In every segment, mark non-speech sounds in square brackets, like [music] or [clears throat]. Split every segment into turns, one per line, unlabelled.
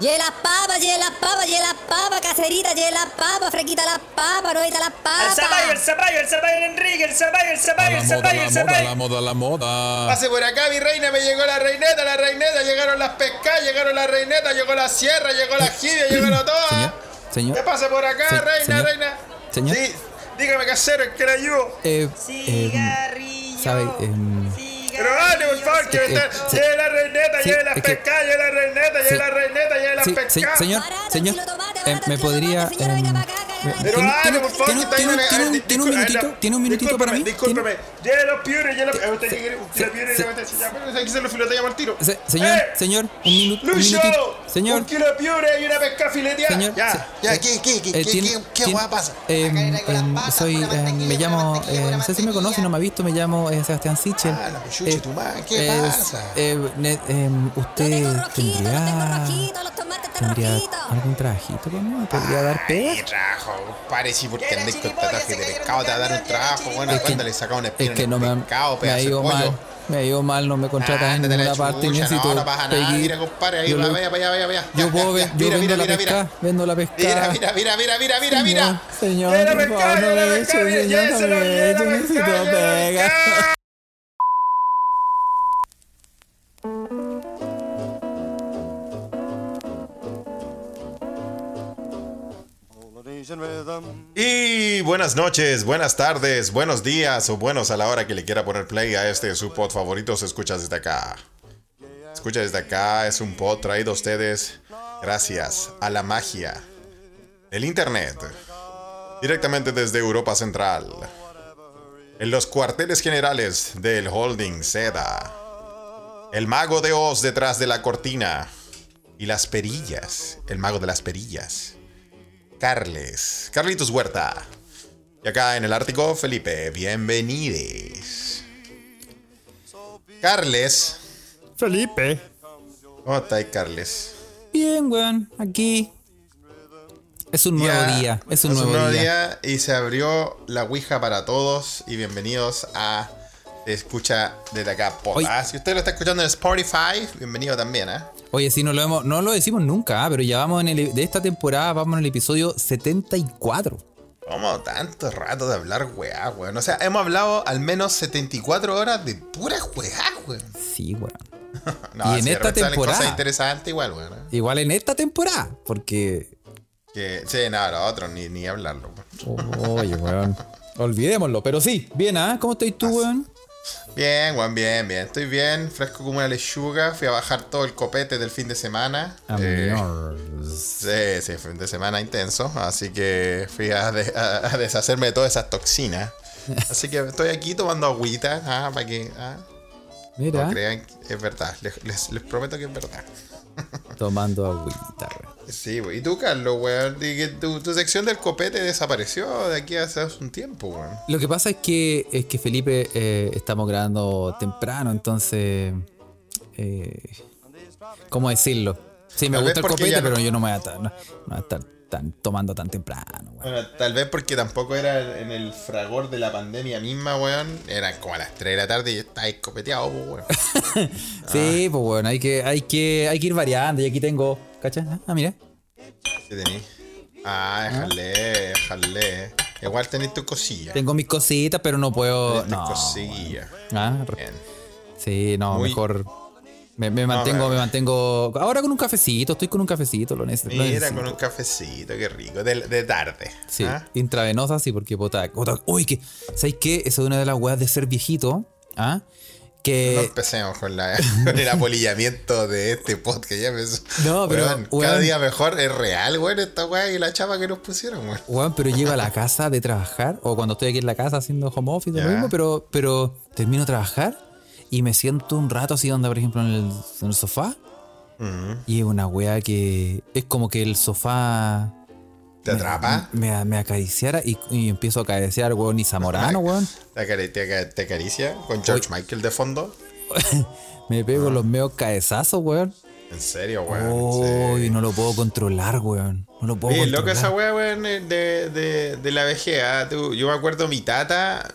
Lleve las papas, lleve las papas, lleve las papas, caserita, lleve las papas, frequita las papas, noita
El
las
zapallo, el
papas.
zapallo, el zapallo, Enrique, el zapallo, el
A
zapallo,
la
el
moda,
zapallo,
la
el
moda,
zapallo.
la moda, la
Ah.
moda.
Pase por acá, mi reina, me llegó la reineta, la reineta, llegaron las pescas, llegaron las reinetas, llegó la sierra, llegó la jibia,
[coughs]
llegó la
Señor,
toa.
señor.
¿Qué pasa por acá,
Se-
reina,
señor.
reina?
Señor.
Sí, dígame, casero, ¿en qué le ayudo?
Eh, eh,
Cigarrillo.
sabe, em,
Pero dale, por favor, que me
eh,
están.
se-
Lleve la reineta,
sí,
lleve las
es que-
pescas, lleve la reineta, lleve
se-
la reineta, lleve las
sí, se-
pescas.
señor,
Barato,
señor,
kilo de tomate,
eh,
barato, kilo
me
de
podría.
tomate, señora,
em,
venga pa' acá, cállate.
me-
Pero
¿tiene-
dale,
tiene-
por favor,
tiene-
que está
tiene un-
ahí una-
tiene un-
disculpe,
tiene un
ahí la-
minutito, tiene un minutito para mí.
Discúlpeme, discúlpeme. Lleve los piures, lleve los. Usted
se-
que quiere, usted
se-
la piure,
se-
lleve esta- ya, pero aquí se lo filotea al tiro.
Se- señor,
¡Eh!
señor, un minuto. un
¡Lucho!
minutito.
Un
Señor, eh,
kilo de piure y una pesca fileteada.
señor. se-
ya.
Ya,
eh,
¿qué, qué, qué,
eh,
qué,
tiene-
qué, qué
tiene-
weá pasa?
em,
Acá traigo las
em,
papas,
soy,
pura
em,
mantequilla,
me
pura
llamo,
mantequilla,
eh,
pura
no sé si me
mantequilla.
conoce, no me ha visto, me llamo eh, Sebastián Sichel.
Ah, la cochucha tu madre, ¿qué pasa?
eh, ne- em,
No
usted
tengo rojito, no tengo
tendría,
rojito, los tomates están
tendría
rojitos.
algún trabajito conmigo, podría dar
Ay,
pega.
trajo, compadre, sí, porque
Ya la
andáis con
chirimoya,
tataje
se
de
cayeron
pescado,
del
te va a dar un
camión, ya la
trabajo, bueno,
chirimoya.
cuando le saca un
Es
espino
que
en
no
el
me, han-
pescado,
me ha
pedazo de
ido mal,
pollo.
me ha ido mal, no me contratan en
Ándate a la
ninguna parte,
chucha,
necesito
no, no pasa nada,
peguir.
mira, compadre, ahí
Yo
va,
lo-
vaya, vaya, vaya, vaya.
Yo
Ya,
puedo
ya,
ver,
ya,
yo
mira,
vendo
mira,
la
mira,
pesca, vendo la pesca.
Mira, mira, mira, mira, mira, mira, mira.
Señor,
Lleve la
por
pescada,
favor, no
lleve la
me eche,
pescada,
señor, no
llévesela,
me
lleve la
eche, necesito
pescada, lleve la
pega.
pescada.
Y buenas noches, buenas tardes, buenos días o buenos a la hora que le quiera poner play a este su pod favorito. Se escucha desde acá. Escucha desde acá, es un pod traído a ustedes gracias a la magia del internet. Directamente desde Europa Central. En los cuarteles generales del Holding Seda. El mago de Oz detrás de la cortina. Y las perillas. El mago de las perillas. Carles, Carlitos Huerta. Y acá en el Ártico, Felipe, bienvenides. Carles,
Felipe.
¿cómo estáis, Carles?
Bien, weón, aquí. Es un nuevo
Ya,
día, es un nuevo, día.
Y se abrió la Ouija para todos. Y bienvenidos a Escucha desde acá Pod.
Oye.
Ah, si usted lo está escuchando en Spotify, bienvenido también, ¿eh?
Oye, sí, no lo, hemos, no lo decimos nunca, ah, pero ya vamos en el, de esta temporada, vamos en el episodio 74.
Como tanto rato de hablar weá, weón. O sea, hemos hablado al menos 74 horas de pura weá, weón.
Sí, weón.
No,
Y en
sí,
esta
de repente salen
temporada.
cosas interesantes igual, weón. ¿eh?
Igual en esta temporada, porque...
Que, sí, nada, lo otro, ni, ni hablarlo.
Oye, weón. Olvidémoslo, pero sí, bien, ¿ah? ¿Cómo estás tú, weón?
Bien, Juan, bien, bien. Estoy bien, fresco como una lechuga. Fui a bajar todo el copete del fin de semana.
Ah,
Eh,
Amigos.
sí, sí, fin de semana intenso. Así que fui a, de- a- a deshacerme de todas
[laughs]
esas toxinas. Así que estoy aquí tomando agüita, ah, para que ah, no
Mira,
crean que es verdad. Les, les- les prometo que es verdad.
tomando agüita, weón.
Sí, güey. ¿Y tú, Carlos, weón? Di que Tu, tu sección del copete desapareció de aquí hace un tiempo, weón.
Lo que pasa es que, es que Felipe eh, estamos grabando temprano, entonces. eh, ¿Cómo decirlo? Sí, me
Tal vez
gusta el
porque
copete,
ya no-
pero yo no me voy a estar, no- no voy a estar tan, tomando tan temprano, weón.
Bueno, tal vez porque tampoco era en el fragor de la pandemia misma, weón. Era como a las 3 de la tarde y estáis copeteado, pues, weón.
Sí, pues bueno, hay que, hay que, hay que ir variando. Y aquí tengo. ¿Cachas? Ah, mira.
¿Qué tenés? Ah, déjale, déjale. Igual tenés tu cosilla.
Tengo mis cositas, pero no puedo.
Tenés tu
No.
cosilla.
Ah, re-
Bien.
sí, no,
Muy-
mejor. Me, me mantengo,
bueno.
me mantengo. Ahora con un cafecito, estoy con un cafecito, lo neces- lo necesito.
Mira, con un cafecito, qué rico. De, de tarde.
Sí,
¿ah?
intravenosa, sí, porque puta, puta, Uy, que. ¿Sabes qué? Esa es una de las weas de ser viejito. ¿Ah?
No
Que.
empecemos con, la- con el apolillamiento de este podcast. Ya empezó.
No, pero,
Weón, cada
weón.
día mejor. Es real, weón, esta weá y la chapa que nos pusieron, weón.
Weón, pero llego a la casa de trabajar, o cuando estoy aquí en la casa haciendo home office, lo
Ya.
mismo, pero, pero termino de trabajar y me siento un rato así, onda, por ejemplo, en el, en el sofá. Y es una wea que. Es como que el sofá.
¿Te
me-
atrapa?
Me, me acariciara y, y empiezo a acariciar, weón, y Zamorano, weón.
¿Te, acari- te aca- te acaricia? ¿Con George Michael de fondo?
Me pego los meos caezazos, weón.
¿En serio, Ah. weón?
Uy,
Sí.
no lo puedo controlar, weón. No lo puedo
Oye,
controlar.
loca esa weá, weón, eh, de, de- de la vejez. ah, tú. Yo me acuerdo mi tata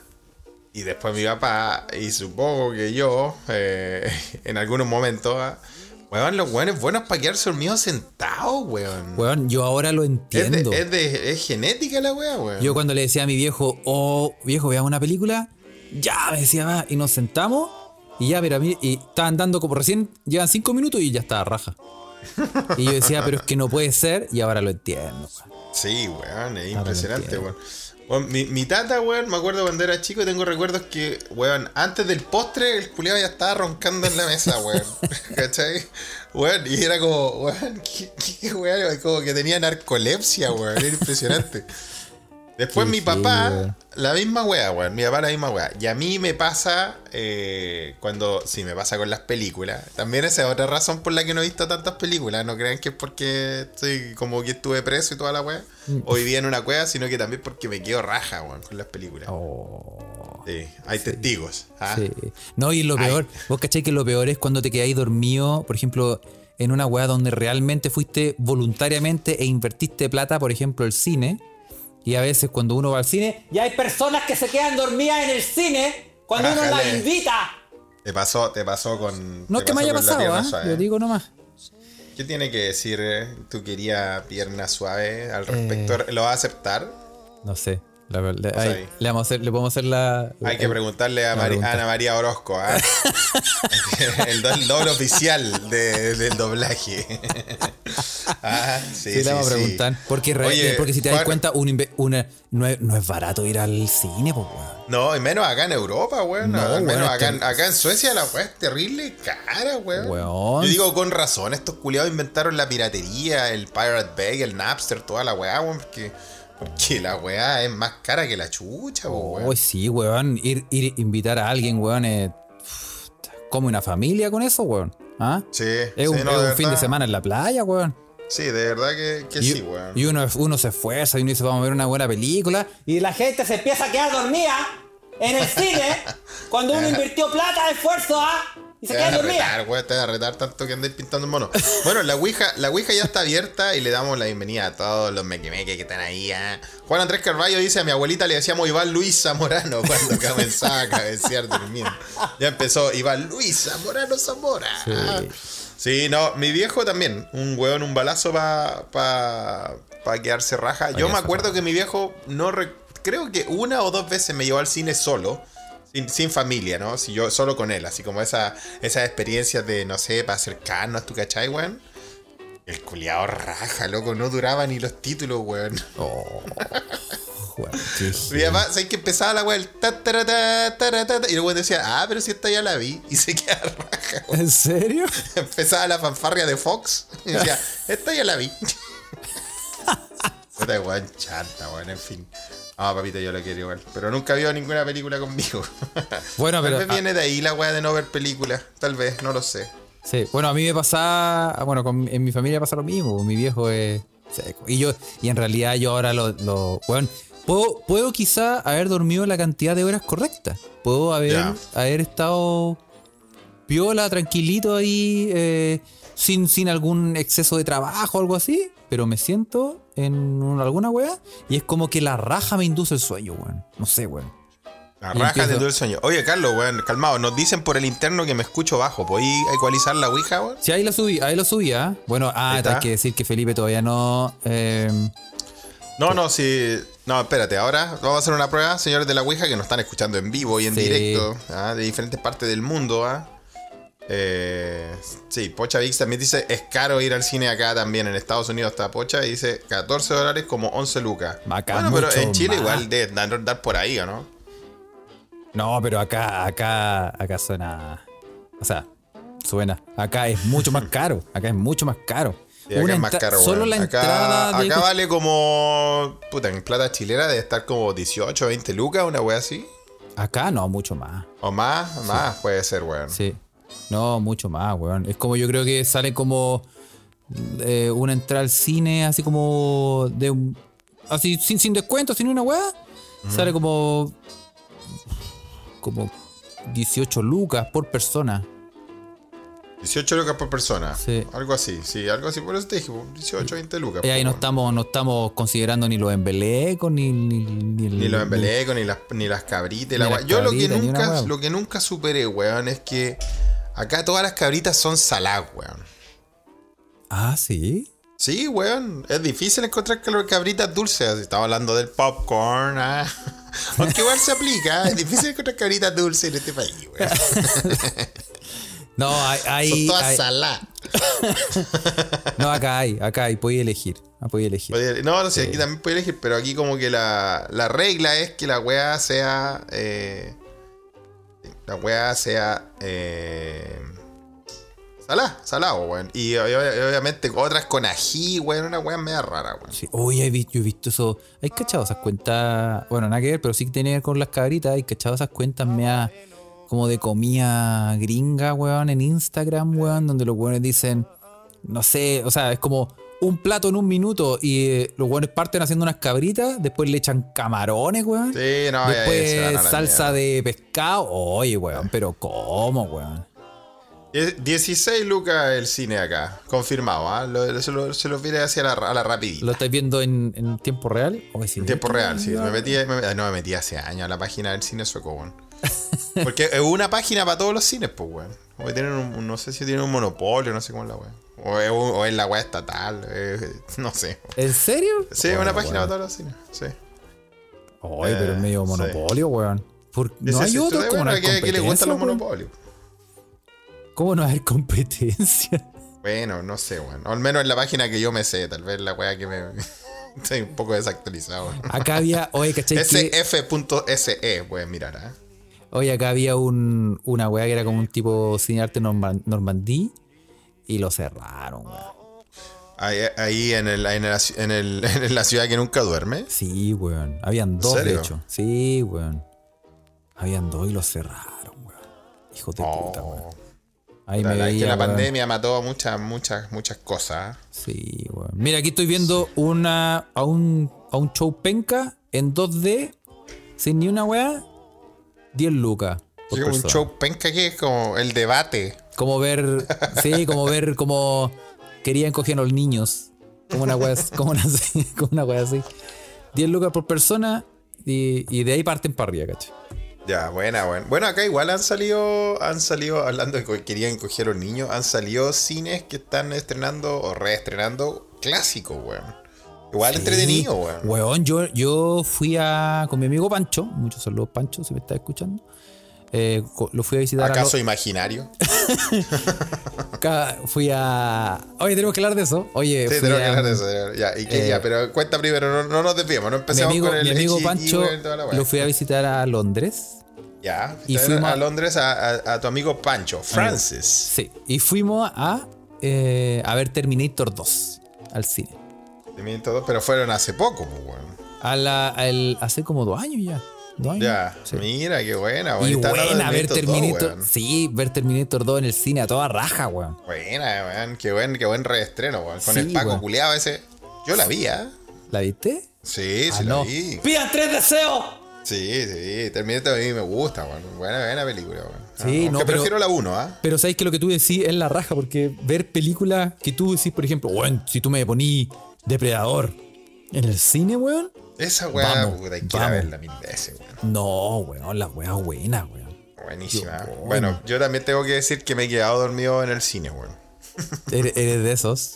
y [laughs] después mi papá, y supongo que yo, eh, en algunos momentos, ah, Weón, los weones buenos para quedarse dormidos sentados, weón.
Weón, yo ahora lo
Es, de,
entiendo.
es, de- es genética la wea, weón.
Yo cuando le decía a mi viejo, oh, viejo, veamos una película, ya, me decía, va, y nos sentamos, y ya, pero a mí, y estaban dando como recién, llevan cinco minutos y ya estaba raja. Y yo decía, pero es que no puede ser, y ahora lo entiendo. weón.
Sí, weón, es
no
impresionante,
entiendo.
weón. Weón, mi, mi tata, weón, me acuerdo cuando era chico, tengo recuerdos que, weón, antes del postre el culiado ya estaba roncando en la mesa, weón. ¿Cachai? Weón, y era como, weón, [laughs] qué, qué- qué weón, como que tenía narcolepsia, weón, era impresionante. Después
Qué
mi papá,
heavy, weón.
la misma weá, weón, mi papá la misma weá. Y a mí me pasa, eh, cuando, sí, me pasa con las películas. También esa es otra razón por la que no he visto tantas películas. No crean que es porque estoy como que estuve preso y toda la weá.
Mm.
O vivía en una cueva, sino que también porque me quedo raja, weón, con las películas.
Oh,
Sí, hay testigos. ¿ah?
sí. No, y lo
Ay.
peor, vos cachai que lo peor es cuando te quedáis dormido, por ejemplo, en una weá donde realmente fuiste voluntariamente e invertiste plata, por ejemplo, el cine. Y a veces cuando uno va al cine,
Y hay personas que se quedan dormidas en el cine cuando uno las
Ájale.
invita.
Te pasó, te pasó con.
no es
te
que me haya
pasó con ¿eh? la
pasado,
pierna
¿ah?
suave.
Yo digo nomás.
¿Qué tiene que decir eh, tu querida pierna suave
Eh.
al respecto? ¿Lo va a aceptar?
No sé. La, verdad,
sea,
ahí,
ahí.
le, vamos a hacer, le podemos hacer la. eh,
Hay que
el-
preguntarle a,
una
Mari-
pregunta.
Ana María Orozco, ¿ah? [laughs] el, do- el doble oficial de- del doblaje. [laughs] Ah, sí,
Sí, le vamos a
sí.
preguntar. Porque, re-
Oye,
porque si te das
Juan,
cuenta, un inve- una, no, es, no es barato ir al cine, pues, weón.
No, y menos acá en Europa, weón.
No,
al menos
weón,
acá, en-
este-
acá en Suecia la weá es terrible y cara, weón.
Weón.
Yo digo con razón, estos culiados inventaron la piratería, el Pirate Bay, el Napster, toda la weá, weón. Porque, porque la weá es más cara que la chucha, weón.
Oh, sí, weón. Ir, ir invitar a alguien, weón, es. uf, Come una familia con eso, weón. ¿Ah?
Sí, sí,
Es un,
no,
es
de
un fin de
verdad.
semana en la playa, weón.
Sí, de verdad que, que
y
sí, weón.
y uno, uno se esfuerza y uno dice, vamos a ver una buena película.
Y la gente se empieza a quedar dormida en el
[laughs]
cine cuando uno invirtió plata, esfuerzo, ¿ah? y se
Te van
queda
a
dormida.
retar, weón, te van a retar tanto que andáis pintando monos. Bueno, la Ouija, la Ouija ya está abierta y le damos la bienvenida a todos los mequemeques que están ahí. ah. Juan Andrés Carballo dice, a mi abuelita le decíamos Iván Luis Zamorano [laughs] cuando comenzaba a cabecear durmiendo. Ya empezó Iván Luis Zamorano Zamora. Ah. Sí. no, mi viejo también, un hueón, un balazo para pa, pa quedarse raja. Yo me
quedarse
acuerdo que mi viejo no... re- Creo que una o dos veces me llevó al cine solo. Sin, sin familia, ¿no? Si yo solo con él, así como esa, esas experiencias de, no sé, para acercarnos, ¿tú cachai, weón? El culiao raja, loco, no duraba ni los títulos, weón.
Oh, weón, qué
Mi papá, ¿sabes que empezaba la weón? el ta, tara, ta, tara, ta, ta, y el weón decía, ah, pero si esta ya la vi. [laughs] Y se quedaba raja.
¿En serio?
[laughs] Empezaba la fanfarria de Fox. Y [laughs] decía, esta ya la vi. Puta weón, chanta, weón, en fin. Ah, papito, yo la quiero igual. Pero nunca vio ninguna película [laughs] conmigo.
Bueno,
Tal
pero-
vez viene de ahí la weá de no ver películas. Tal vez, no lo sé.
Sí, bueno, a mí me pasaba, bueno, con- en mi familia pasa lo mismo, mi viejo es seco. Y yo, y en realidad yo ahora lo, lo bueno, puedo, puedo quizá haber dormido la cantidad de horas correctas. Puedo haber,
Ya.
haber estado piola, tranquilito ahí, eh, sin, sin algún exceso de trabajo o algo así, pero me siento en un- alguna wea y es como que la raja me induce el sueño, weón. No sé, weón.
La
Y
raja te
empiezo.
duele el sueño. Oye, Carlos, weón, calmado. Nos dicen por el interno que me escucho bajo. ¿Podéis ecualizar la ouija, weón?
Sí, ahí lo subí, ahí lo subí, ¿ah? Bueno, ah,
Ahí está.
hay que decir que Felipe todavía no... em,
No, no, sí. No, espérate. Ahora vamos a hacer una prueba, señores de la ouija, que nos están escuchando en vivo y en
Sí.
directo. ¿ah? De diferentes partes del mundo, ¿ah? Eh, sí, Pocha Vix también dice, es caro ir al cine acá también. En Estados Unidos está Pocha y dice 14 dólares como 11 lucas.
Acá
bueno, pero
mucho
en Chile
más.
igual de dar, dar por ahí, ¿o no?
No, pero acá, acá, acá suena. O sea, suena. Acá es mucho más caro. Acá es mucho más caro.
Sí, acá
Una
es más
entra-
caro, weón.
Solo la
acá,
entrada de. este-
acá vale como. Puta, en plata chilena debe estar como 18, 20 lucas, una wea así.
Acá no, mucho más.
O más, más puede ser, weón.
Sí. No, mucho más, weón. Es como yo creo que sale como eh, una entrada al cine, así como de un- así sin, sin descuento, sin una weá. Sale como. como 18 lucas por persona.
18 lucas por persona.
Sí.
Algo así, sí, algo así. Por eso te dije, 18, 20 lucas.
Y ahí
po,
no
weón.
estamos, no estamos considerando ni los embelecos, ni, ni, ni, el-
Ni los embelecos, ni las, ni las cabritas. y la
Ni
wea.
las
Yo lo que,
cabritas, ni una
nunca,
wea.
lo que nunca superé, weón, es que acá todas las cabritas son saladas, weón.
Ah, sí.
Sí, weón. Es difícil encontrar calor- cabritas dulces. Así Estaba hablando del popcorn. ah. [laughs] Aunque igual se aplica. Es difícil encontrar cabritas dulces en este país,
[laughs]
weón.
No, hay,
Son
hay,
todas
hay-
saladas.
no, acá hay, acá hay, podía elegir, ah, podía elegir.
Podía- No, no sé, aquí también puede elegir, pero aquí como que la, la regla es que la weá sea. eh, la weá sea. Eh, salá, salado, weón. Y, ob- ob- obviamente otras con ají, weón. Una weá media rara, weón.
Sí. Oye, he vi- yo he visto eso. ¿Hay cachado esas cuentas? Bueno, nada que ver, pero sí que tiene que ver con las cabritas. ¿Hay cachado esas cuentas mea como de comida gringa, weón, en Instagram, weón, donde los weones dicen, no sé, o sea, es como un plato en un minuto y eh, los weones parten haciendo unas cabritas, después le echan camarones, weón.
Sí, no, Ah, ya, ya, se van a
después
la
salsa de pescado. Oye, weón, pero ¿cómo, weón?
Die- 16 lucas el cine acá, confirmado, ¿ah? Lo- lo- se, lo, se los viene hacia la, a la rapidita.
¿Lo estáis viendo en, en tiempo real? Oye, sí.
En tiempo real, sí. Me metí, me- ay, no, me metí hace años a la página del cine sueco, weón. Porque es una página para todos los cines, pues, weón. O que tienen un- no sé si tienen un monopolio, no sé cómo es la weón. O es, un- o es la weá estatal, eh, no sé.
¿En serio?
Sí, es
Oye,
una página
weón.
para todos los cines, sí.
Oye, pero
Eh,
es medio
sí.
monopolio, weón. Por- no
Dice,
hay
si tú
otro
te-
como no
bueno,
hay
que, que le
competencia. pues.
gustan los
weón?
monopolios.
¿Cómo no hay
[laughs]
competencia?
Bueno, no sé, weón. O al menos en la página que yo me sé, tal vez la weá que me. [laughs] Estoy un poco desactualizado. weón.
Acá había, oye, ¿cachai? que-
SF.se, pueden mirar, ¿ah?
oye, acá había un, una weá que era como un tipo cine arte norma- normandí y lo cerraron, weón.
Ahí, ahí en, el, en, el- en el- [laughs] en la ciudad que nunca duerme.
Sí, weón. Habían dos, de
serio?
hecho. Sí, weón. Habían dos y lo cerraron, weón. Hijo de puta, weón. Ahí
Oh. La
me
verdad es que
veía,
la
weón.
pandemia mató muchas, muchas, muchas cosas. ¿ah?
Sí, weón. Mira, aquí estoy viendo una a un, a un show penca en 2D, sin ni una weá, 10 lucas. por
Llega un
persona.
show penca que es como el debate.
Como ver, sí, como ver como querían coger a los niños. Como una weá, como una, [laughs] así, como una weá así. 10 lucas por persona y, y de ahí parten para arriba, cacho.
Ya, buena, buena. Bueno, acá igual han salido, han salido, hablando de que querían coger a los niños, han salido cines que están estrenando o reestrenando clásicos, weón. Igual entretenido, weón.
Weón, yo, yo fui a, con mi amigo Pancho, muchos saludos Pancho, si me está escuchando. Eh, co- lo fui a visitar a lo- [laughs]
¿Acaso imaginario?
Ca- Fui a. Oye, tenemos que hablar de eso.
[laughs]
Oye,
Sí,
fui
tenemos que
a-
hablar de eso. Ya, y que-
eh,
ya, pero cuenta primero, no, no nos desviemos, no
Mi
empecemos
amigo,
con el
mi amigo
HIT,
Pancho
weón, toda la weá.
lo fui a visitar a Londres.
Ya,
Y
y
fuimos a-
a Londres a, a- a tu amigo Pancho, Francis.
Sí. Y fuimos a, eh, a ver Terminator 2 al cine.
Terminator 2, pero fueron hace poco, pues, weón.
A la, al- hace como dos años ya. Dos años.
Ya,
Sí.
mira, qué buena, weón.
Y
Está hablando de
buena ver Terminator.
2, weón.
sí, ver Terminator 2 en el cine a toda raja, weón.
Buena, weón, qué buen, qué buen reestreno, weón. Con
Sí,
el Paco
weón.
culeado ese. Yo la vi, ¿ah?
¿La viste?
Sí,
Ah,
sí,
no.
la vi.
¡Pidan tres deseos!
Sí, sí, Terminator a mí me gusta, weón. Buena, buena película, weón.
Sí,
Aunque
no, pero-
prefiero la 1, ¿ah?
Pero sabéis que lo que tú decís es la raja, porque ver películas que tú decís, por ejemplo, weón, si tú me poní Depredador en el cine, weón.
Esa weá,
Vamos,
puta, hay que ir a
vamos.
verla mil veces, weón.
No, weón, las weas buenas, weón.
Buenísima.
Yo-
Bueno, yo también tengo que decir que me he quedado dormido en el cine, weón.
Eres, eres de esos.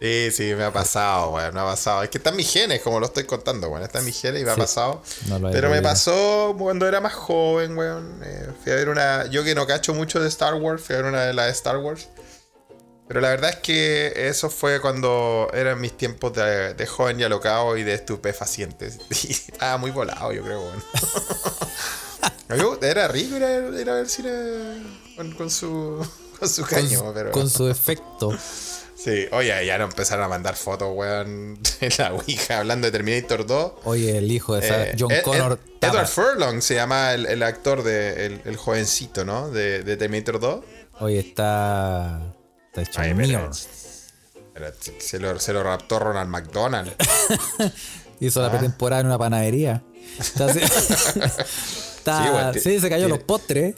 Sí, sí, me ha pasado, weón, me ha pasado. Es que están mis genes, como lo estoy contando, weón. Están mis genes y me ha
Sí,
pasado.
no lo he
Pero me
podido.
pasó cuando era más joven, weón. Eh, fui a ver una... Yo que no cacho mucho de Star Wars, fui a ver una de las de Star Wars. Pero la verdad es que eso fue cuando eran mis tiempos de, de joven y alocado y de estupefaciente. [laughs] Y estaba muy volado, yo creo,
[laughs]
weón. Yo- Era rico ir a, ir a ver cine con, con su... [laughs] Con su
Con,
caño, pero...
con su efecto.
Sí, oye, ya no empezaron a mandar fotos, weón, [laughs] en la Ouija hablando de Terminator 2.
Oye, el hijo de esa-
Eh,
John
Ed- Ed-
Connor.
Edward
Tabas.
Furlong se llama el, el actor, de, el, el jovencito, ¿no? De, de Terminator 2.
Oye, está. Está hecho
Ay,
mío.
pero- Pero se, lo, se lo raptó Ronald McDonald.
Hizo
Ah.
la pretemporada en una panadería. Está
[laughs]
así- está-
Sí, weón, ti-
sí, se cayó
tiene-
los postres.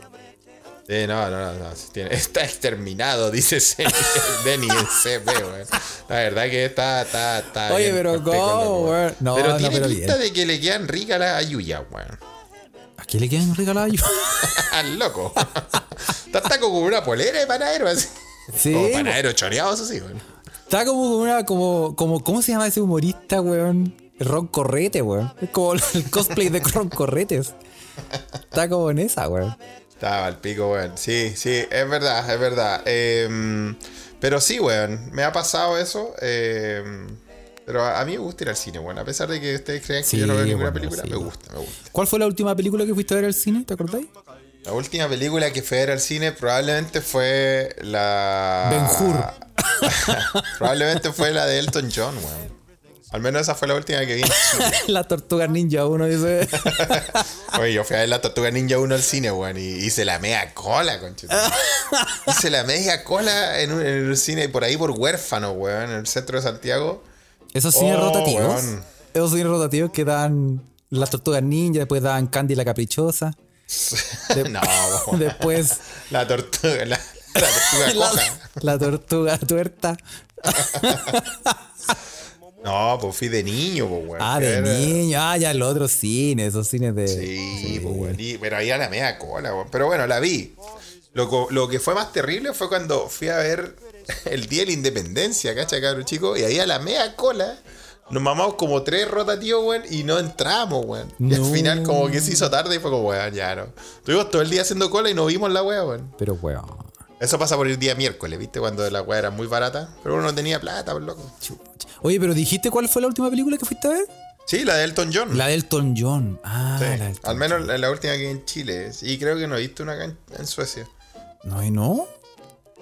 Sí, no, no, no. no, sí tiene- está exterminado, [laughs] dice ese- Denny en CP, weón. La verdad que está. está, está
Oye,
bien
pero
corté con
¿cómo,
lo,
weón? No,
pero
no,
tiene
pero
pinta
bien.
de que le quedan ricas las ayuyas, weón. [laughs]
¿A quién le quedan regalados?
Al loco. [laughs] Está hasta con una polera de panadero así.
[laughs] Sí.
Como panadero choreado, eso sí, güey.
Está como una, como, como, ¿cómo se llama ese humorista, weón? Ron Correte, weón. Es como el cosplay de Ron Corretes. Está como en esa, weón.
Estaba al pico, weón. Sí, sí, es verdad, es verdad. Em, pero sí, weón, me ha pasado eso. em, pero a, a mí me gusta ir al cine, weón. A pesar de que ustedes crean que
Sí,
yo no veo ninguna
bueno,
película,
sí.
me gusta, me gusta.
¿Cuál fue la última película que fuiste a ver al cine? ¿Te acordáis?
La última película que fue a ver al cine probablemente fue la.
Ben-Hur.
probablemente fue la de Elton John, weón. Al menos esa fue la última
[laughs]
que vi.
[laughs] la Tortuga Ninja, uno dice.
Oye, yo fui a ver la Tortuga Ninja 1 al cine, weón, y hice la media cola, conchito. hice la media cola en un, en un cine por ahí, por huérfano, weón, en el centro de Santiago.
Esos cines
Oh,
rotativos.
weón.
Esos cines rotativos que dan la Tortuga Ninja, después dan Candy la
[laughs]
Caprichosa. De-
no, weón.
Después
La tortuga, la, la
[laughs]
tortuga
la,
coja.
la Tortuga Tuerta.
No, pues fui de niño, pues, weón.
Ah, de
Era-
niño. Ah, ya los otros cines, esos cines de.
Sí, pues, weón. Y- Pero ahí a la media cola, weón. Pero bueno, la vi. Lo, co- lo que fue más terrible fue cuando fui a ver [laughs] el Día de la Independencia, cacha, cabrón, chico. Y ahí a la media cola nos mamamos como tres rotativos, weón, y no entramos, weón. Y
No.
al final, como que se hizo tarde y fue como, weón, ya no. Estuvimos todo el día haciendo cola y no vimos la weá, weón.
Pero weón.
Eso pasa por el día miércoles, ¿viste? Cuando la weá era muy barata. Pero uno no tenía plata, por loco.
Chucha. Oye, pero dijiste cuál fue la última película que fuiste a ver?
Sí, la de Elton John.
La del Elton John. Ah,
Mm. Sí,
la del Elton
al menos la, la última que vi en Chile. Y creo que no he visto una acá en, en Suecia.
John. No, y no.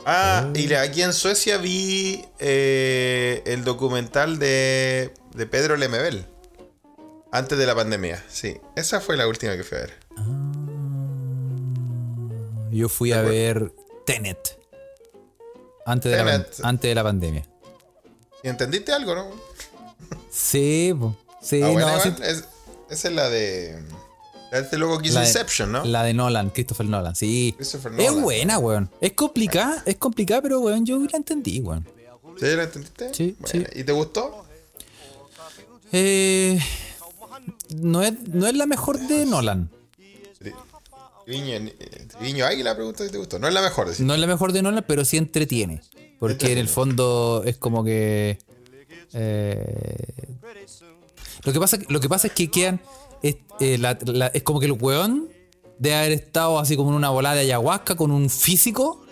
Ah,
Oh.
y la- aquí en Suecia vi eh, el documental de, de Pedro Lemebel. Antes de la pandemia, sí. Esa fue la última que fui a ver.
Yo fui a ver Tenet. Antes, De la, pan-
Tenet.
antes de la pandemia.
¿Y entendiste algo, no?
Sí, po. sí,
Ah,
no,
bueno,
sí.
igual, es- esa es la de. La de este loco que hizo
La de-
Inception, ¿no?
La de Nolan, Christopher Nolan, sí.
Christopher
Es
Nolan.
buena, weón. Es complicada, es complicada, pero weón, yo la entendí, weón.
¿Sí la entendiste?
Sí,
Bueno,
sí.
¿Y te gustó?
Eh, no, es, no es la mejor de Nolan.
Viño, eh, Viño Águila pregunta si te gustó. No es la mejor, decir.
No es la mejor de Nolan, pero sí entretiene. Porque en el fondo es como que. eh, lo, que pasa, lo que pasa es que quedan. Es, eh, la- la- es como que el weón de haber estado así como en una volada de ayahuasca con un físico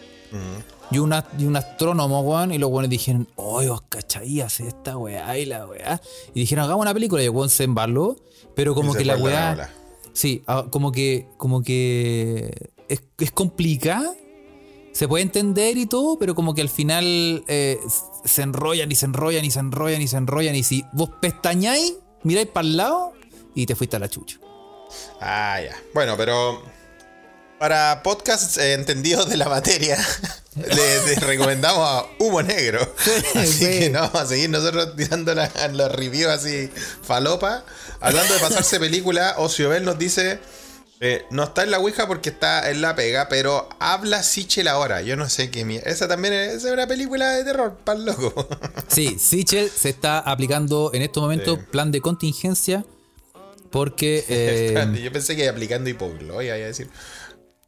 y, una- y un astrónomo, weón. Y los weones dijeron, oye, vos cachai, hace esta weá y la weá. Y dijeron, hagamos una película. Y el weón se embaló. Pero como
Y se
que la
fue a la
weá.
bola.
Sí, ah, como que. Como que. Es, es complicada. Se puede entender y todo, pero como que al final eh, se enrollan y se enrollan y se enrollan y se enrollan. Y si vos pestañáis, miráis para el lado y te fuiste a la chucha.
Ah, ya. Bueno, pero para podcasts eh, entendidos de la materia, [laughs] les, recomendamos a Humo Negro. Así
[laughs] sí.
que no, vamos a seguir nosotros tirando la- los reviews así falopa. Hablando de pasarse película, Ociobel nos dice... eh, no está en la Ouija porque está en la pega, pero habla Sichel ahora. Yo no sé qué mierda. Esa también es, esa es una película de terror, pal loco. [laughs]
Sí, Sichel se está aplicando en estos momentos
Sí.
plan de contingencia
[laughs]
porque... eh,
Espérate, yo pensé que aplicando hipogloia iba a decir.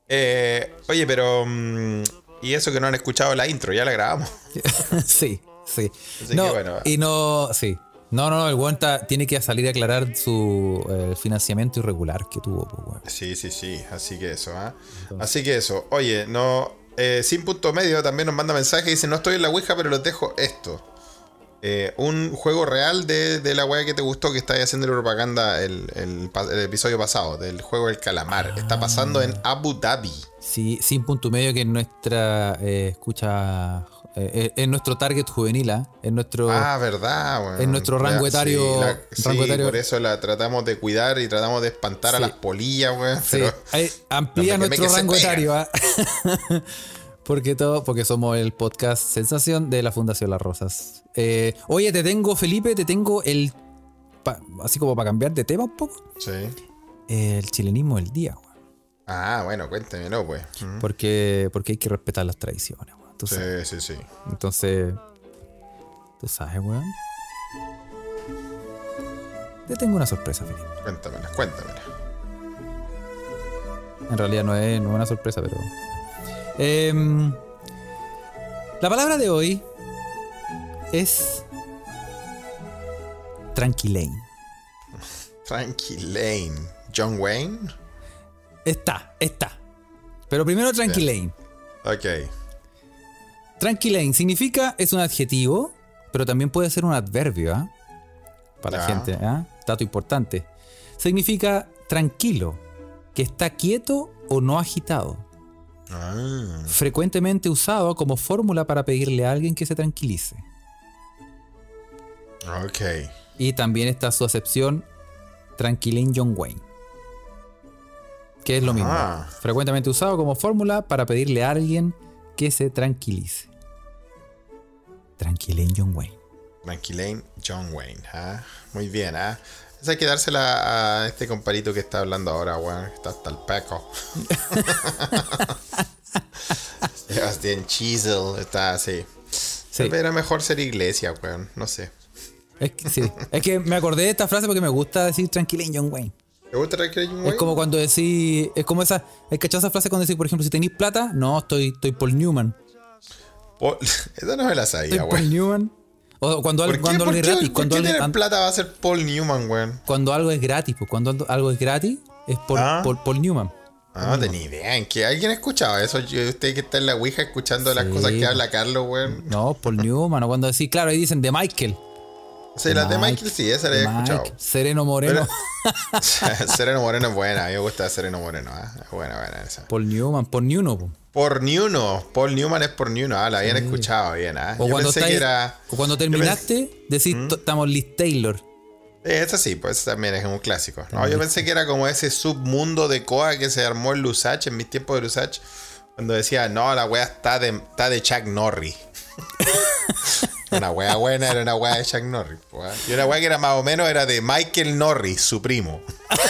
Eh, oye, pero. mm, y eso que no han escuchado la intro, ya la grabamos.
[laughs] sí, sí.
Así
no,
que bueno.
Y no, sí. No, no, el weón está- tiene que salir a aclarar su eh, financiamiento irregular que tuvo. Pues, weón.
Sí, sí, sí. Así que eso, ¿ah? Así que eso. Oye, no. eh, sin punto medio también nos manda mensaje y dice: No estoy en la Ouija, pero les dejo esto. Eh, un juego real de, de la weá que te gustó que estáis haciendo la propaganda el, el pa- el episodio pasado, del juego del calamar. Está pasando en Abu Dhabi.
Sí, sin punto medio que nuestra eh, escucha... eh, es es nuestro target juvenil, ¿ah? es nuestro...
Ah, verdad, weón.
en nuestro rango
Ya,
etario-
Sí, la-
rango
sí,
etario-
por eso la tratamos de cuidar y tratamos de espantar a
Sí.
las polillas, weón.
Sí,
Pero
ahí amplía
no me quemé
nuestro
que se
rango
pega.
etario. ¿ah? [laughs] porque todo, porque somos el podcast Sensación de la Fundación Las Rosas. Eh, oye, te tengo, Felipe, te tengo el. pa- así como para cambiar de tema un poco.
sí.
El chilenismo del día, weón.
Ah, bueno, cuénteme, ¿no, pues? Mm.
Porque, porque hay que respetar las tradiciones, weón. Tú sabes.
Sí, sí, sí.
Entonces. Tú sabes, weón. Te tengo una sorpresa, Felipe.
Cuéntamela, cuéntamela.
En realidad no es, no es una sorpresa, pero. Em, la palabra de hoy es. Tranquilane.
Frankie Lane. John Wayne.
Está, está. Pero primero Tranquilane.
Ok.
Tranquilane significa, es un adjetivo, pero también puede ser un adverbio, ¿ah? Para la
Ya.
gente, ¿ah? Dato importante. Significa tranquilo, que está quieto o no agitado.
Ah,
Frecuentemente usado como fórmula para pedirle a alguien que se tranquilice.
ok.
Y también está su acepción Tranquilane John Wayne. Que es lo mismo.
Ah.
Frecuentemente usado como fórmula para pedirle a alguien que se tranquilice. Tranquilane John Wayne.
Frankie Lane, John Wayne. ah. Muy bien, ¿ah? Esa hay que dársela a este comparito que está hablando ahora, weón. que Está hasta el
[laughs]
peco. Sebastián Chisel está así.
Sí.
Era mejor ser iglesia, weón. No sé.
Es que,
[laughs]
sí. es que me acordé de esta frase porque me gusta decir Tranquilane John Wayne.
¿Te gusta Tranquilane John
Es
Wayne?
como cuando decís. Es como esa. Es cachado esa frase cuando decís, por ejemplo, si tenéis plata, no, estoy, estoy Paul Newman.
Pol- [laughs] Esa no me la
Estoy
sabía,
Paul
weón.
Newman. O cuando
¿Por
algo,
qué,
cuando
por
algo es
qué-
gratis.
por
Cuando
qué
algo,
tener
an-
plata va a ser Paul Newman, weón?
cuando algo es gratis, pues cuando algo- algo es gratis, es Paul,
Ah.
Paul- Paul Newman.
Ah, No tenía idea. ¿En qué? ¿Alguien ha escuchado eso? Yo- Usted que está en la Ouija escuchando las
Sí.
cosas que habla Carlos, weón.
No, Paul Newman. O cuando decís, claro, ahí dicen de Michael.
Sí, las de
Mike,
Michael sí, esa la
de
he
Mike,
escuchado.
Sereno Moreno.
[laughs] Sereno Moreno es buena, a mí me gusta Sereno Moreno. ah, Es buena, buena
[laughs]
esa.
Paul Newman, Paul Newman. po.
Por Newno, Paul Newman es por Newno, ah, la habían escuchado bien, ah.
O
Yo
cuando,
pensé
estáis-
que era.
o cuando
yo ¿Mm? pensé-
terminaste, decís, "To- estamos Liz Taylor.
Eh, Esa sí, pues esa también es un clásico. No, yo pensé que era como ese submundo de coa que se armó en Lusach, en mis tiempos de Lusach, cuando decía, no, la wea está de, está de Chuck Norris. [laughs] una wea buena era una wea de Chuck Norris. po, ah. Y una wea que era más o menos era de Michael Norris, su primo. [laughs]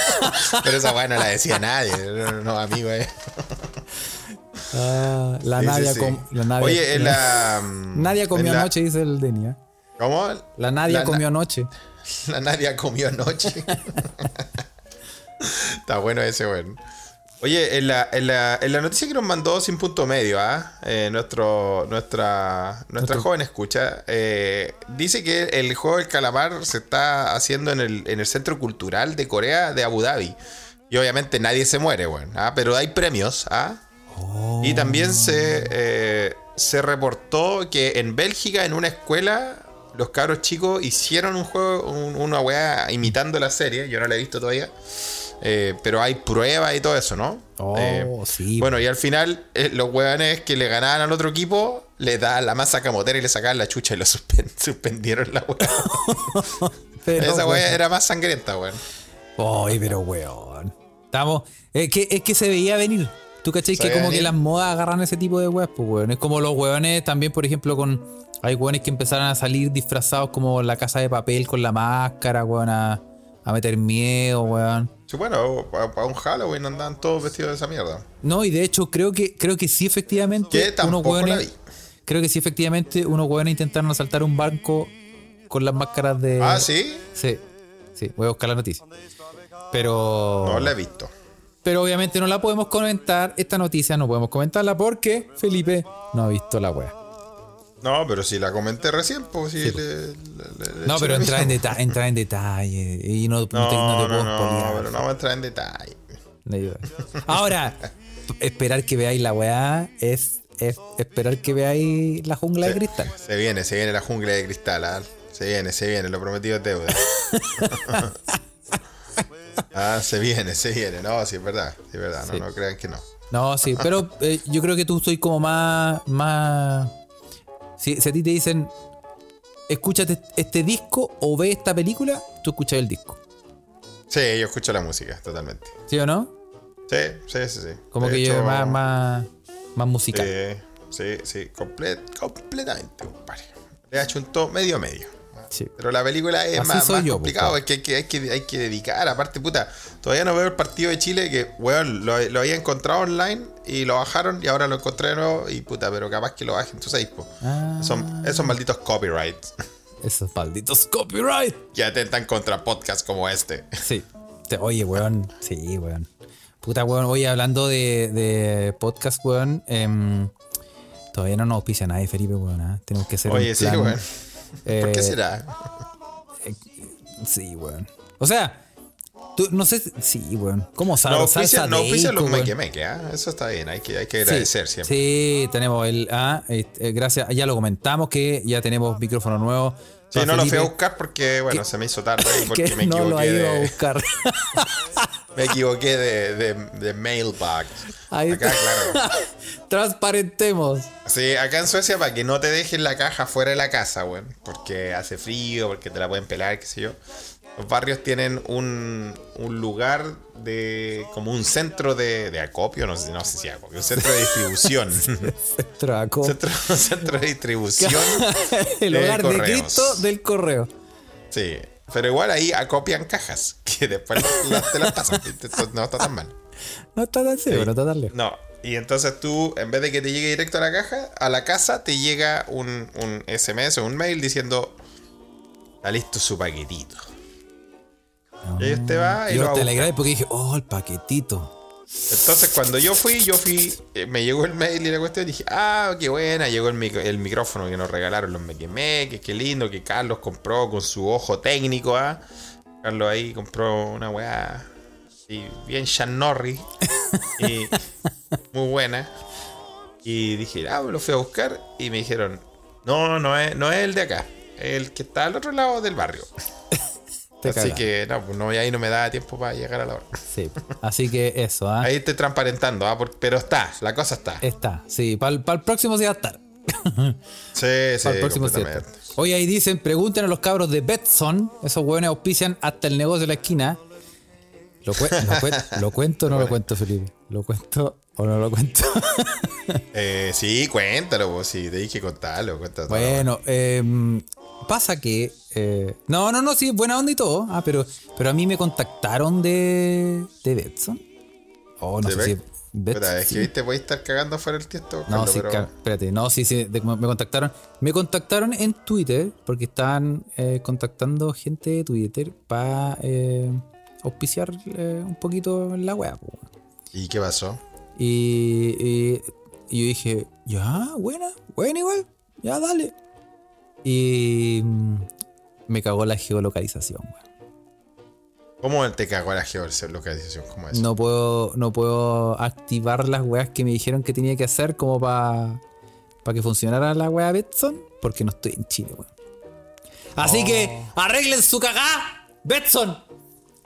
Pero esa wea no la decía nadie, no, no, no, amigo. eh.
Ah, la,
Sí, sí,
Nadia
sí.
com- la Nadia-
Oye, en
[laughs]
la.
Nadia comió
en la-
anoche, dice el Denia.
¿Cómo?
La Nadia
La-
comió anoche.
[laughs] La Nadia
[laughs]
comió anoche. Está bueno ese, weón. Oye, en la, en, la, en la noticia que nos mandó sin punto medio, ¿ah? Eh, nuestro, nuestra, nuestra joven escucha, eh, dice que el juego del calamar se está haciendo en el, en el Centro Cultural de Corea de Abu Dhabi. Y obviamente nadie se muere, weón. ¿ah? Pero hay premios, ¿ah? Y también se, eh, se reportó que en Bélgica, en una escuela, los cabros chicos hicieron un juego, un- una weá imitando la serie. Yo no la he visto todavía. Eh, pero hay pruebas y todo eso, ¿no?
Oh,
Eh,
sí.
Bueno, y al final, eh, los weones que le ganaban al otro equipo, le daban la masa camotera y le sacaban la chucha y lo [laughs] suspen- suspendieron la weá.
[laughs] Pero,
Esa weá
weón.
era más sangrienta, weón.
Ay, pero weón. Estamos. Es que, es que se veía venir. ¿Tú cachéis
Se
que
veía
como que
venir.
las modas agarran ese tipo de weas, pues weón? Es como los weones también, por ejemplo, con. Hay weones que empezaron a salir disfrazados como la casa de papel con la máscara, weón, a, a meter miedo, weón.
Sí, bueno, para un Halloween andaban todos vestidos de esa mierda.
No, y de hecho creo que creo que sí
Que
efectivamente unos
tampoco la vi.
hueones creo que sí efectivamente unos hueones intentaron asaltar un banco con las máscaras de
Ah, sí,
Sí. Sí, voy a buscar la noticia. Pero
no la he visto.
pero obviamente no la podemos comentar, esta noticia no podemos comentarla porque Felipe no ha visto la wea.
No, pero si la comenté recién, pues si le, le- le- le
No,
eché
pero
la
entra en
mierda.
detalle, entra en detalle y no, no te, no te
No,
puedo
no, no,
spoilear.
pero no va a entrar en detalle.
No ayuda. Ahora, esperar que veáis la weá es, es esperar que veáis la jungla de cristal.
Se viene, se viene la jungla de cristal, ah. Se viene, se viene, lo prometido es
[laughs]
deuda. ah, se viene, se viene. No, sí es verdad, sí es verdad. No,
Sí.
no crean que no.
No, sí, pero eh, yo creo que tú soy como más. más si, si a ti te dicen, escúchate este disco o ve esta película, tú escuchas el disco.
Sí, yo escucho la música, totalmente.
¿Sí o no?
Sí, sí, sí, sí.
Como
De
que yo
hecho, eh,
más, más, más musical.
Sí, sí, sí, comple- completamente, compadre. Le ha chuntado medio a medio.
Sí.
Pero la película es
Así
más,
soy
más
yo,
complicado,
pues,
es que hay que, hay, que, hay que dedicar, aparte, puta, todavía no veo el partido de Chile que, weón, lo, lo había encontrado online y lo bajaron y ahora lo encontré de nuevo y puta, pero capaz que lo bajen, tú sabes, po.
Ah.
Son, esos malditos copyrights [laughs]
Esos malditos copyright.
que atentan contra podcasts como este.
Sí. Te- Oye, weón. Sí, weón. Puta, weón. Oye, hablando de, de podcast, weón. em, todavía no nos auspicia nadie, Felipe, weón. ¿ah? Tenemos que hacer
Oye,
un
sí,
plan.
weón. ¿Por qué
Eh,
será?
Sí, weón. O sea, tú, no sé. si- Sí, weón. ¿Cómo sabes?
No
Salsa
ofician, no ofician
Deiko,
los
weón.
meque meque, ¿ah? Eso está bien, hay que, hay que
Sí,
agradecer siempre.
Sí, tenemos el. Ah, este, eh, gracias. Ya lo comentamos que ya tenemos micrófono nuevo.
Sí,
Para
no lo fui a
Felipe,
buscar porque, bueno, se me hizo tarde y
[laughs]
porque
Que
me
no lo ha
equivoqué,
ido a
de, [laughs]
buscar.
me equivoqué de, de, de mailbox.
Ahí
Acá,
está.
claro.
Transparentemos.
Sí, acá en Suecia para que no te dejen la caja fuera de la casa, weón. Porque hace frío, porque te la pueden pelar, qué sé yo. Los barrios tienen un, un lugar de... como un centro de, de acopio, no sé, no sé si acopio, un centro
[laughs]
de distribución. [laughs]
Traco.
centro, centro de distribución.
El
de
hogar de
eh, correos.
Cristo del correo.
Sí, pero igual ahí acopian cajas que después las- te las pasan. Entonces, no está tan mal.
No está tan serio, no está tan lejos.
No, y entonces tú, en vez de que te llegue directo a la caja, a la casa te llega un, un SMS o un mail diciendo: Está listo su paquetito. Y Ah, ahí te va y
Ah. Yo
lo
te
hago.
alegré porque dije, oh, el paquetito.
Entonces, cuando yo fui, yo fui, eh, me llegó el mail y la cuestión, dije, ah, qué buena, llegó el, micro- el micrófono que nos regalaron los mequemeques, qué lindo, que Carlos compró con su ojo técnico, ¿ah? Carlos ahí compró una weá, y bien Sean Norris, y muy buena. Y dije, ah, lo fui a buscar, y me dijeron, no, no es, no es el de acá, es el que está al otro lado del barrio.
Te
Así
cagas.
que, no, pues no, y ahí no me da tiempo para llegar a la hora.
Sí. Así que eso, ¿ah? Eh,
Ahí estoy transparentando, ah, por- pero está, la cosa está.
Está. Sí, para el, próximo sí va a estar.
Sí, sí,
Para el próximo sí va a estar.
completamente.
Hoy ahí dicen, pregunten a los cabros de Betson. Esos hueones auspician hasta el negocio de la esquina. ¿Lo, cue- lo cue- lo cuento o no lo cuento, Felipe? ¿Lo cuento o no lo cuento?
Eh, sí, cuéntalo, vos, sí, te dije contarlo, cuéntalo.
Bueno, eh, pasa que. eh, no, no, no, sí, buena onda y todo. Ah, pero, pero a mí me contactaron de. de Betson. Oh, no
¿De
sé si.
Bet-
Betson,
Espera, es
sí.
que viste, voy a estar cagando fuera el tiesto.
No,
Carlos,
sí,
pero-
ca- espérate, no, sí, sí, de- me contactaron. Me contactaron en Twitter, porque estaban eh, contactando gente de Twitter para auspiciar eh, un poquito la wea. po, weón.
¿Y qué pasó?
Y, y- y yo dije, ya, buena, buena igual, ya dale. Y mm, me cagó la geolocalización, weón.
¿Cómo te cagó la geolocalización? ¿Cómo es?
No puedo, no puedo activar las weas que me dijeron que tenía que hacer como para que funcionara la wea Betson, porque no estoy en Chile, weón. Así que
Oh.
arreglen su cagá, Betson.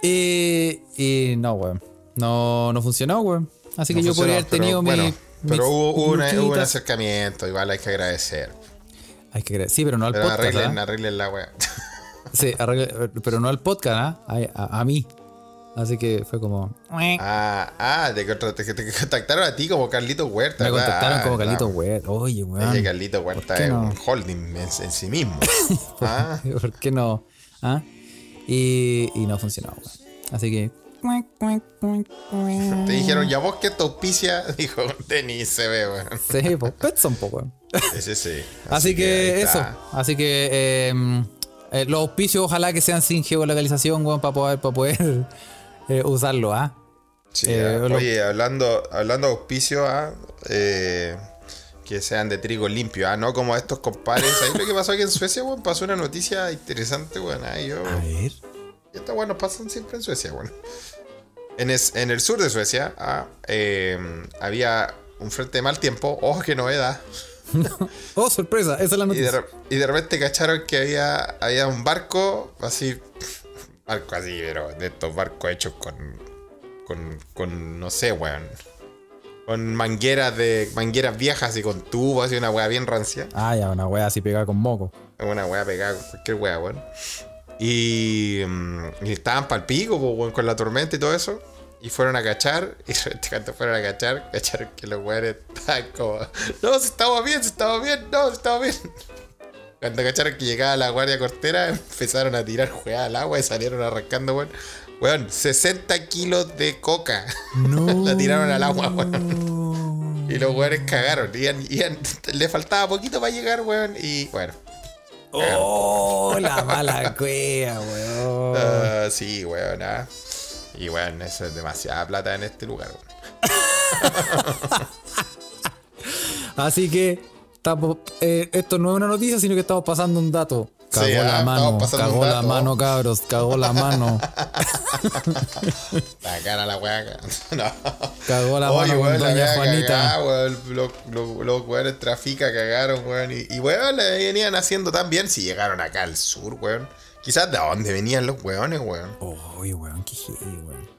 Y, y no, weón. No, no funcionó, weón. Así
No
que yo podría
funcionó,
haber
pero
tenido mi-
bueno,
mis
Pero hubo, hubo una- hubo un
luquitas.
acercamiento, igual hay que agradecer.
Hay que creer. Sí, pero no al
Pero
podcast.
arreglen,
¿ah?
arreglen la wea.
Sí, arregle- pero no al podcast, ¿ah? a, a- a mí. Así que fue como.
Ah, ah te, contra- te- te contactaron a ti como Carlito Huerta.
Me
¿verdad?
contactaron
Ah,
como Carlito
no.
Huerta. Oye,
Es
[laughs]
que
weón.
Carlito Huerta
¿Por qué
es
no?
un holding en, en sí
[laughs]
mismo. ah,
¿Por qué no? ¿Ah? Y, y no funcionó, weón. Así que.
Te dijeron, ya vos que te auspicia, [laughs] dijo Denis, se ve, weón.
Sí, pues, Petson, po,
[laughs]
weón.
Ese sí.
Así, que,
ahí
eso.
está.
Así que eh, eh, los auspicios, ojalá que sean sin geolocalización, weón, para poder, para poder eh, usarlo, ¿ah?
Sí,
Eh,
ah.
lo-
Oye, hablando, hablando de auspicio, ah, eh, que sean de trigo limpio, ah, no como estos compadres. Ahí lo que pasó aquí en Suecia, weón, pasó una noticia interesante, weón. Ah, yo,
A ver.
Estas weas nos pasan siempre en Suecia, weón. En, es- en el sur de Suecia ah, eh, había un frente de mal tiempo, ojo que eh, novedad.
Oh, sorpresa, esa es la
Y de,
noticia.
re- y de repente cacharon que había, había un barco así. Barco así, pero de estos barcos hechos con. con. con no sé, weón. Con mangueras de. mangueras viejas y con tubos y una weá bien rancia.
Ah, ya, una wea así pegada con moco.
Una weá pegada con cualquier weá, weón. Y, mm, y estaban pal pico, po, weón, con la tormenta y todo eso. Y fueron a cachar, [laughs] y de repente cuando fueron a cachar, cacharon que los weones estaban como, no, si estamos bien, si estamos bien, no, si estamos bien. Cuando cacharon que llegaba la guardia costera, empezaron a tirar weá al agua y salieron arrancando, weón. Weón, 60 kilos de coca. [laughs] la tiraron al agua, weón. Y los weones cagaron. Iban, iban- le faltaba poquito para llegar, weón. Y bueno.
Oh, la mala cuea, weón.
Ah, sí, weón. ah. Y weón, eso es demasiada plata en este lugar, weón.
Así que estamos- eh, esto no es una noticia, sino que estamos pasando un dato.
Sí,
Cagó
ah,
la
estamos
mano,
pasando un
cagó la
dato.
mano, cabros, cagó la
[laughs]
mano.
La cara la weá. [laughs] No.
Cagó la mano con
la
doña
había
Juanita.
cagado, weón. Los, los, los weones trafica cagaron, weón. Y, y weón, le venían haciendo tan bien si llegaron acá al sur, weón. Quizás de dónde venían los weones, weón.
Oye, weón, qué heavy, weón.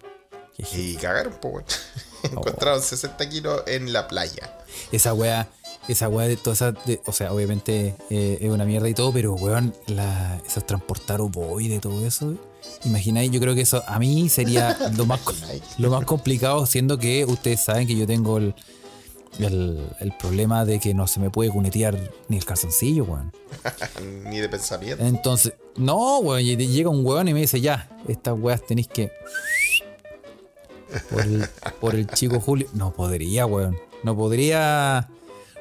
Qué heavy.
Y cagaron, po, weón. [laughs]
Oh.
Encontraron 60 kilos en la playa. [laughs]
Esa weá, esa weá de todas esas. de- O sea, obviamente eh, es una mierda y todo, pero weón, la, esos transportar ovoide, todo eso. Imagináis, yo creo que eso a mí sería lo más, co- lo más complicado, siendo que ustedes saben que yo tengo el, el, el problema de que no se me puede cunetear ni el calzoncillo, weón.
Ni de
Eh.
pensamiento.
Entonces, no, weón, y te llega un weón y me dice, ya, estas weas tenéis que. Por el, por el chico Julio. No podría, weón. No podría.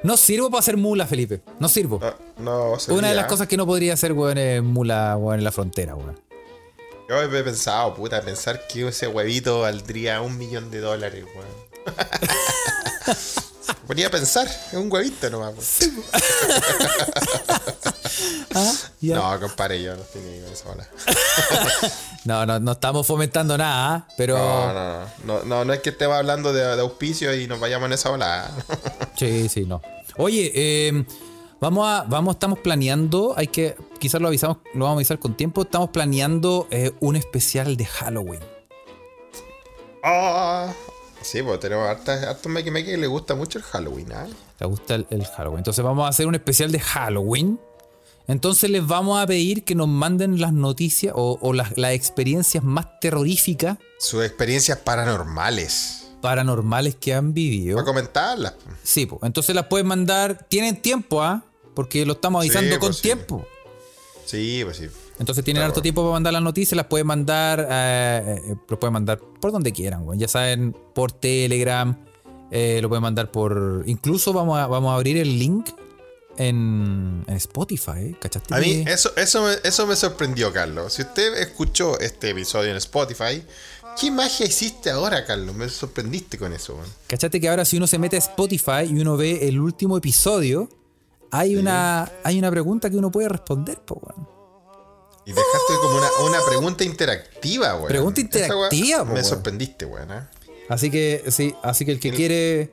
No sirvo para hacer mula, Felipe. No sirvo.
No, no
Una de
sería.
las cosas que no podría hacer, weón, es mula, weón, en la frontera, weón.
Yo he pensado, puta, pensar que ese huevito valdría un millón de dólares, weón. Ponía a pensar, es un huevito nomás. weón. [laughs]
Ya.
No, compadre, yo no tenía que ver esa bola.
No, no, no estamos fomentando nada, ¿ah? pero.
No, no, no, no, no, no es que estemos hablando de, de auspicio y nos vayamos en esa bola. [laughs]
Sí, sí, no. Oye, eh, vamos a, vamos, estamos planeando, hay que, quizás lo avisamos, lo vamos a avisar con tiempo, estamos planeando eh, un especial de Halloween.
Ah, sí, pues tenemos hartas- hartos Meki Meki que le gusta mucho el Halloween, ¿ah?
¿Te gusta el, el Halloween? Entonces vamos a hacer un especial de Halloween. Entonces les vamos a pedir que nos manden las noticias o, o las, las experiencias más terroríficas,
Sus experiencias paranormales.
paranormales que han vivido.
Para comentarlas.
Sí, pues. Entonces las pueden mandar, tienen tiempo, ¿ah? Porque lo estamos
Sí,
avisando con
pues, sí.
tiempo.
Sí, pues sí.
Entonces tienen
Claro.
harto tiempo para mandar las noticias, las pueden mandar, eh, eh, lo pueden mandar por donde quieran, güey. ya saben, por Telegram, eh, lo pueden mandar por... Incluso vamos a, vamos a abrir el link en, en Spotify, ¿eh? ¿cachaste?
A mí
que-
eso, eso, me, eso me sorprendió, Carlos. Si usted escuchó este episodio en Spotify, ¿qué magia hiciste ahora, Carlos? Me sorprendiste con eso. man.
¿Cachate que ahora si uno se mete a Spotify y uno ve el último episodio, hay, una, hay una pregunta que uno puede responder, po, weón.
Y dejaste como una, una pregunta interactiva, weón.
Pregunta
Esa weá
interactiva,
Me
weón.
sorprendiste, weón. ¿eh?
Así que, sí, así que el que quiere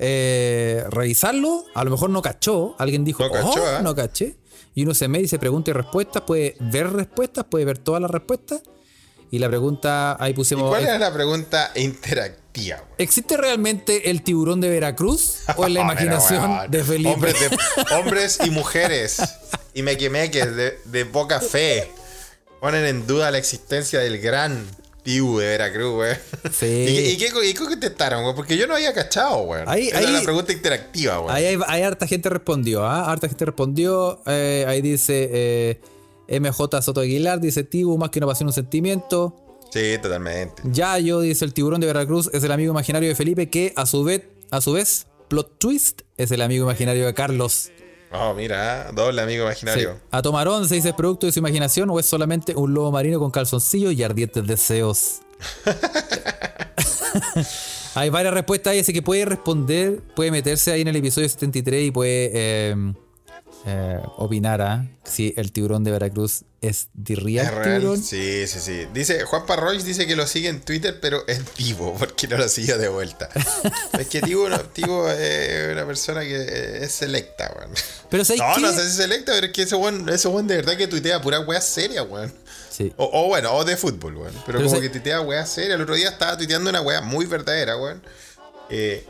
eh, revisarlo, a lo mejor no cachó. Alguien dijo,
No cachó,
"Oh,
¿eh?"
no caché. Y uno se mete y se pregunta y respuestas, puede ver respuestas, puede ver todas las respuestas. Y la pregunta, ahí
¿Y
pusimos.
cuál
"¿Ex-
era la pregunta interactiva, weón?
¿Existe realmente el tiburón de
[laughs]
Veracruz? ¿O es la
Pero,
imaginación
weón,
de Felipe?
Hombres,
[laughs]
de- hombres y mujeres y mequemeques de, de poca fe ponen en duda la existencia del gran Tiu de Veracruz, güey.
Sí.
[laughs] ¿Y, qué- y qué, y qué contestaron, güey? Porque yo no había cachado, güey.
Ahí-
Esa
ahí-
es la pregunta interactiva, güey.
Ahí hay, hay harta gente respondió, ¿ah? Harta gente respondió. eh, ahí dice eh, MJ Soto Aguilar, dice Tibu, más que una pasión, un sentimiento.
Sí, totalmente.
Yayo, dice el tiburón de Veracruz, es el amigo imaginario de Felipe, que a su vez, a su vez, plot twist, es el amigo imaginario de Carlos.
Oh, mira, doble amigo
Sí.
imaginario.
A Tomarón se dice producto de su imaginación o es solamente un lobo marino con calzoncillo y ardientes
[laughs]
deseos. Hay varias respuestas ahí, así que puede responder, puede meterse ahí en el episodio 73 y puede eh, eh, opinar ¿ah? si el tiburón de Veracruz es de real
¿Es real?
tiburón.
Sí, sí, sí. Dice, Juan Parroy dice que lo sigue en Twitter, pero es Tivo, [laughs] porque no lo sigue de [laughs] vuelta. es que Tivo, no- Tivo es una persona que eh, es selecta, weón.
Pero ¿sabes
No,
qué?
no sé si selecta, pero es que ese weón, ese weón de verdad que tuitea pura weá seria, weón.
Sí.
O, o bueno, o de fútbol, weón.
Pero
Pero, como
se-
que tuitea weá seria. El otro día estaba tuiteando una weá muy verdadera, weón. Eh,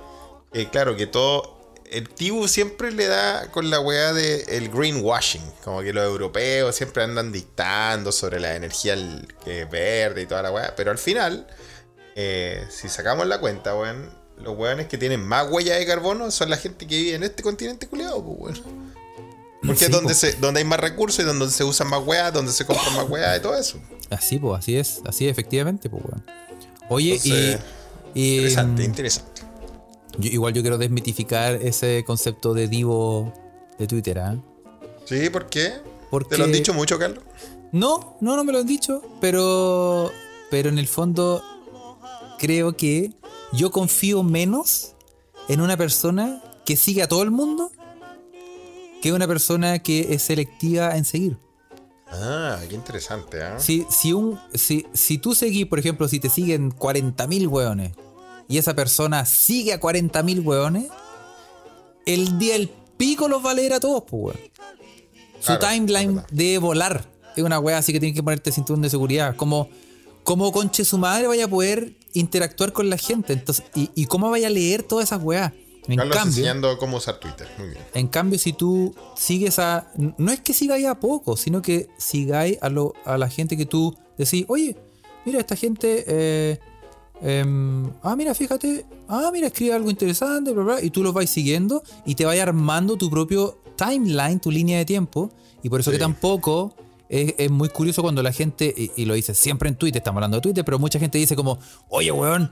eh, claro que todo. El Tibu siempre le da con la weá del el greenwashing. Como que los europeos siempre andan dictando sobre la energía el- eh, verde y toda la weá. Pero al final, eh, si sacamos la cuenta, weón, los weones que tienen más huella de carbono son la gente que vive en este continente culiado, pues, weón. Porque
Sí,
es donde,
po.
se, donde hay más recursos y donde se usan más weas, donde se compran más weas y todo eso.
Así, pues, así es, así es, efectivamente, pues, weón. Oye,
Entonces,
y. y,
Interesante,
mm,
interesante.
yo- igual yo quiero desmitificar ese concepto de divo de Twitter, ¿ah?
Sí, ¿por qué?
Porque-
¿Te lo han dicho mucho, Carlos?
No, no, no me lo han dicho, pero. Pero en el fondo, creo que yo confío menos en una persona que sigue a todo el mundo que es una persona que es selectiva en seguir.
Ah, qué interesante, ¿ah?
Si, si, un, si, si tú seguís, por ejemplo, si te siguen 40.000 hueones y esa persona sigue a 40.000 hueones, el día del pico los va a leer a todos, pues, weón. Su
Claro, es
timeline
verdad.
debe volar. Es una wea así que tienes que ponerte cinturón de seguridad. Como, como conche su madre vaya a poder interactuar con la gente. Entonces, y, y cómo vaya a leer todas esas weas. En
Carlos
cambio,
enseñando cómo usar Twitter. Muy bien.
en cambio, si tú sigues a. No es que sigáis a poco, sino que sigáis a, lo, a la gente que tú decís, oye, mira, esta gente. eh, em, ah, mira, fíjate. Ah, mira, escribe algo interesante, bla, bla. Y tú los vais siguiendo y te vais armando tu propio timeline, tu línea de tiempo. Y por eso que
Sí.
tampoco. Es, es muy curioso cuando la gente, y, y lo dice siempre en Twitter, estamos hablando de Twitter, pero mucha gente dice como, oye, weón,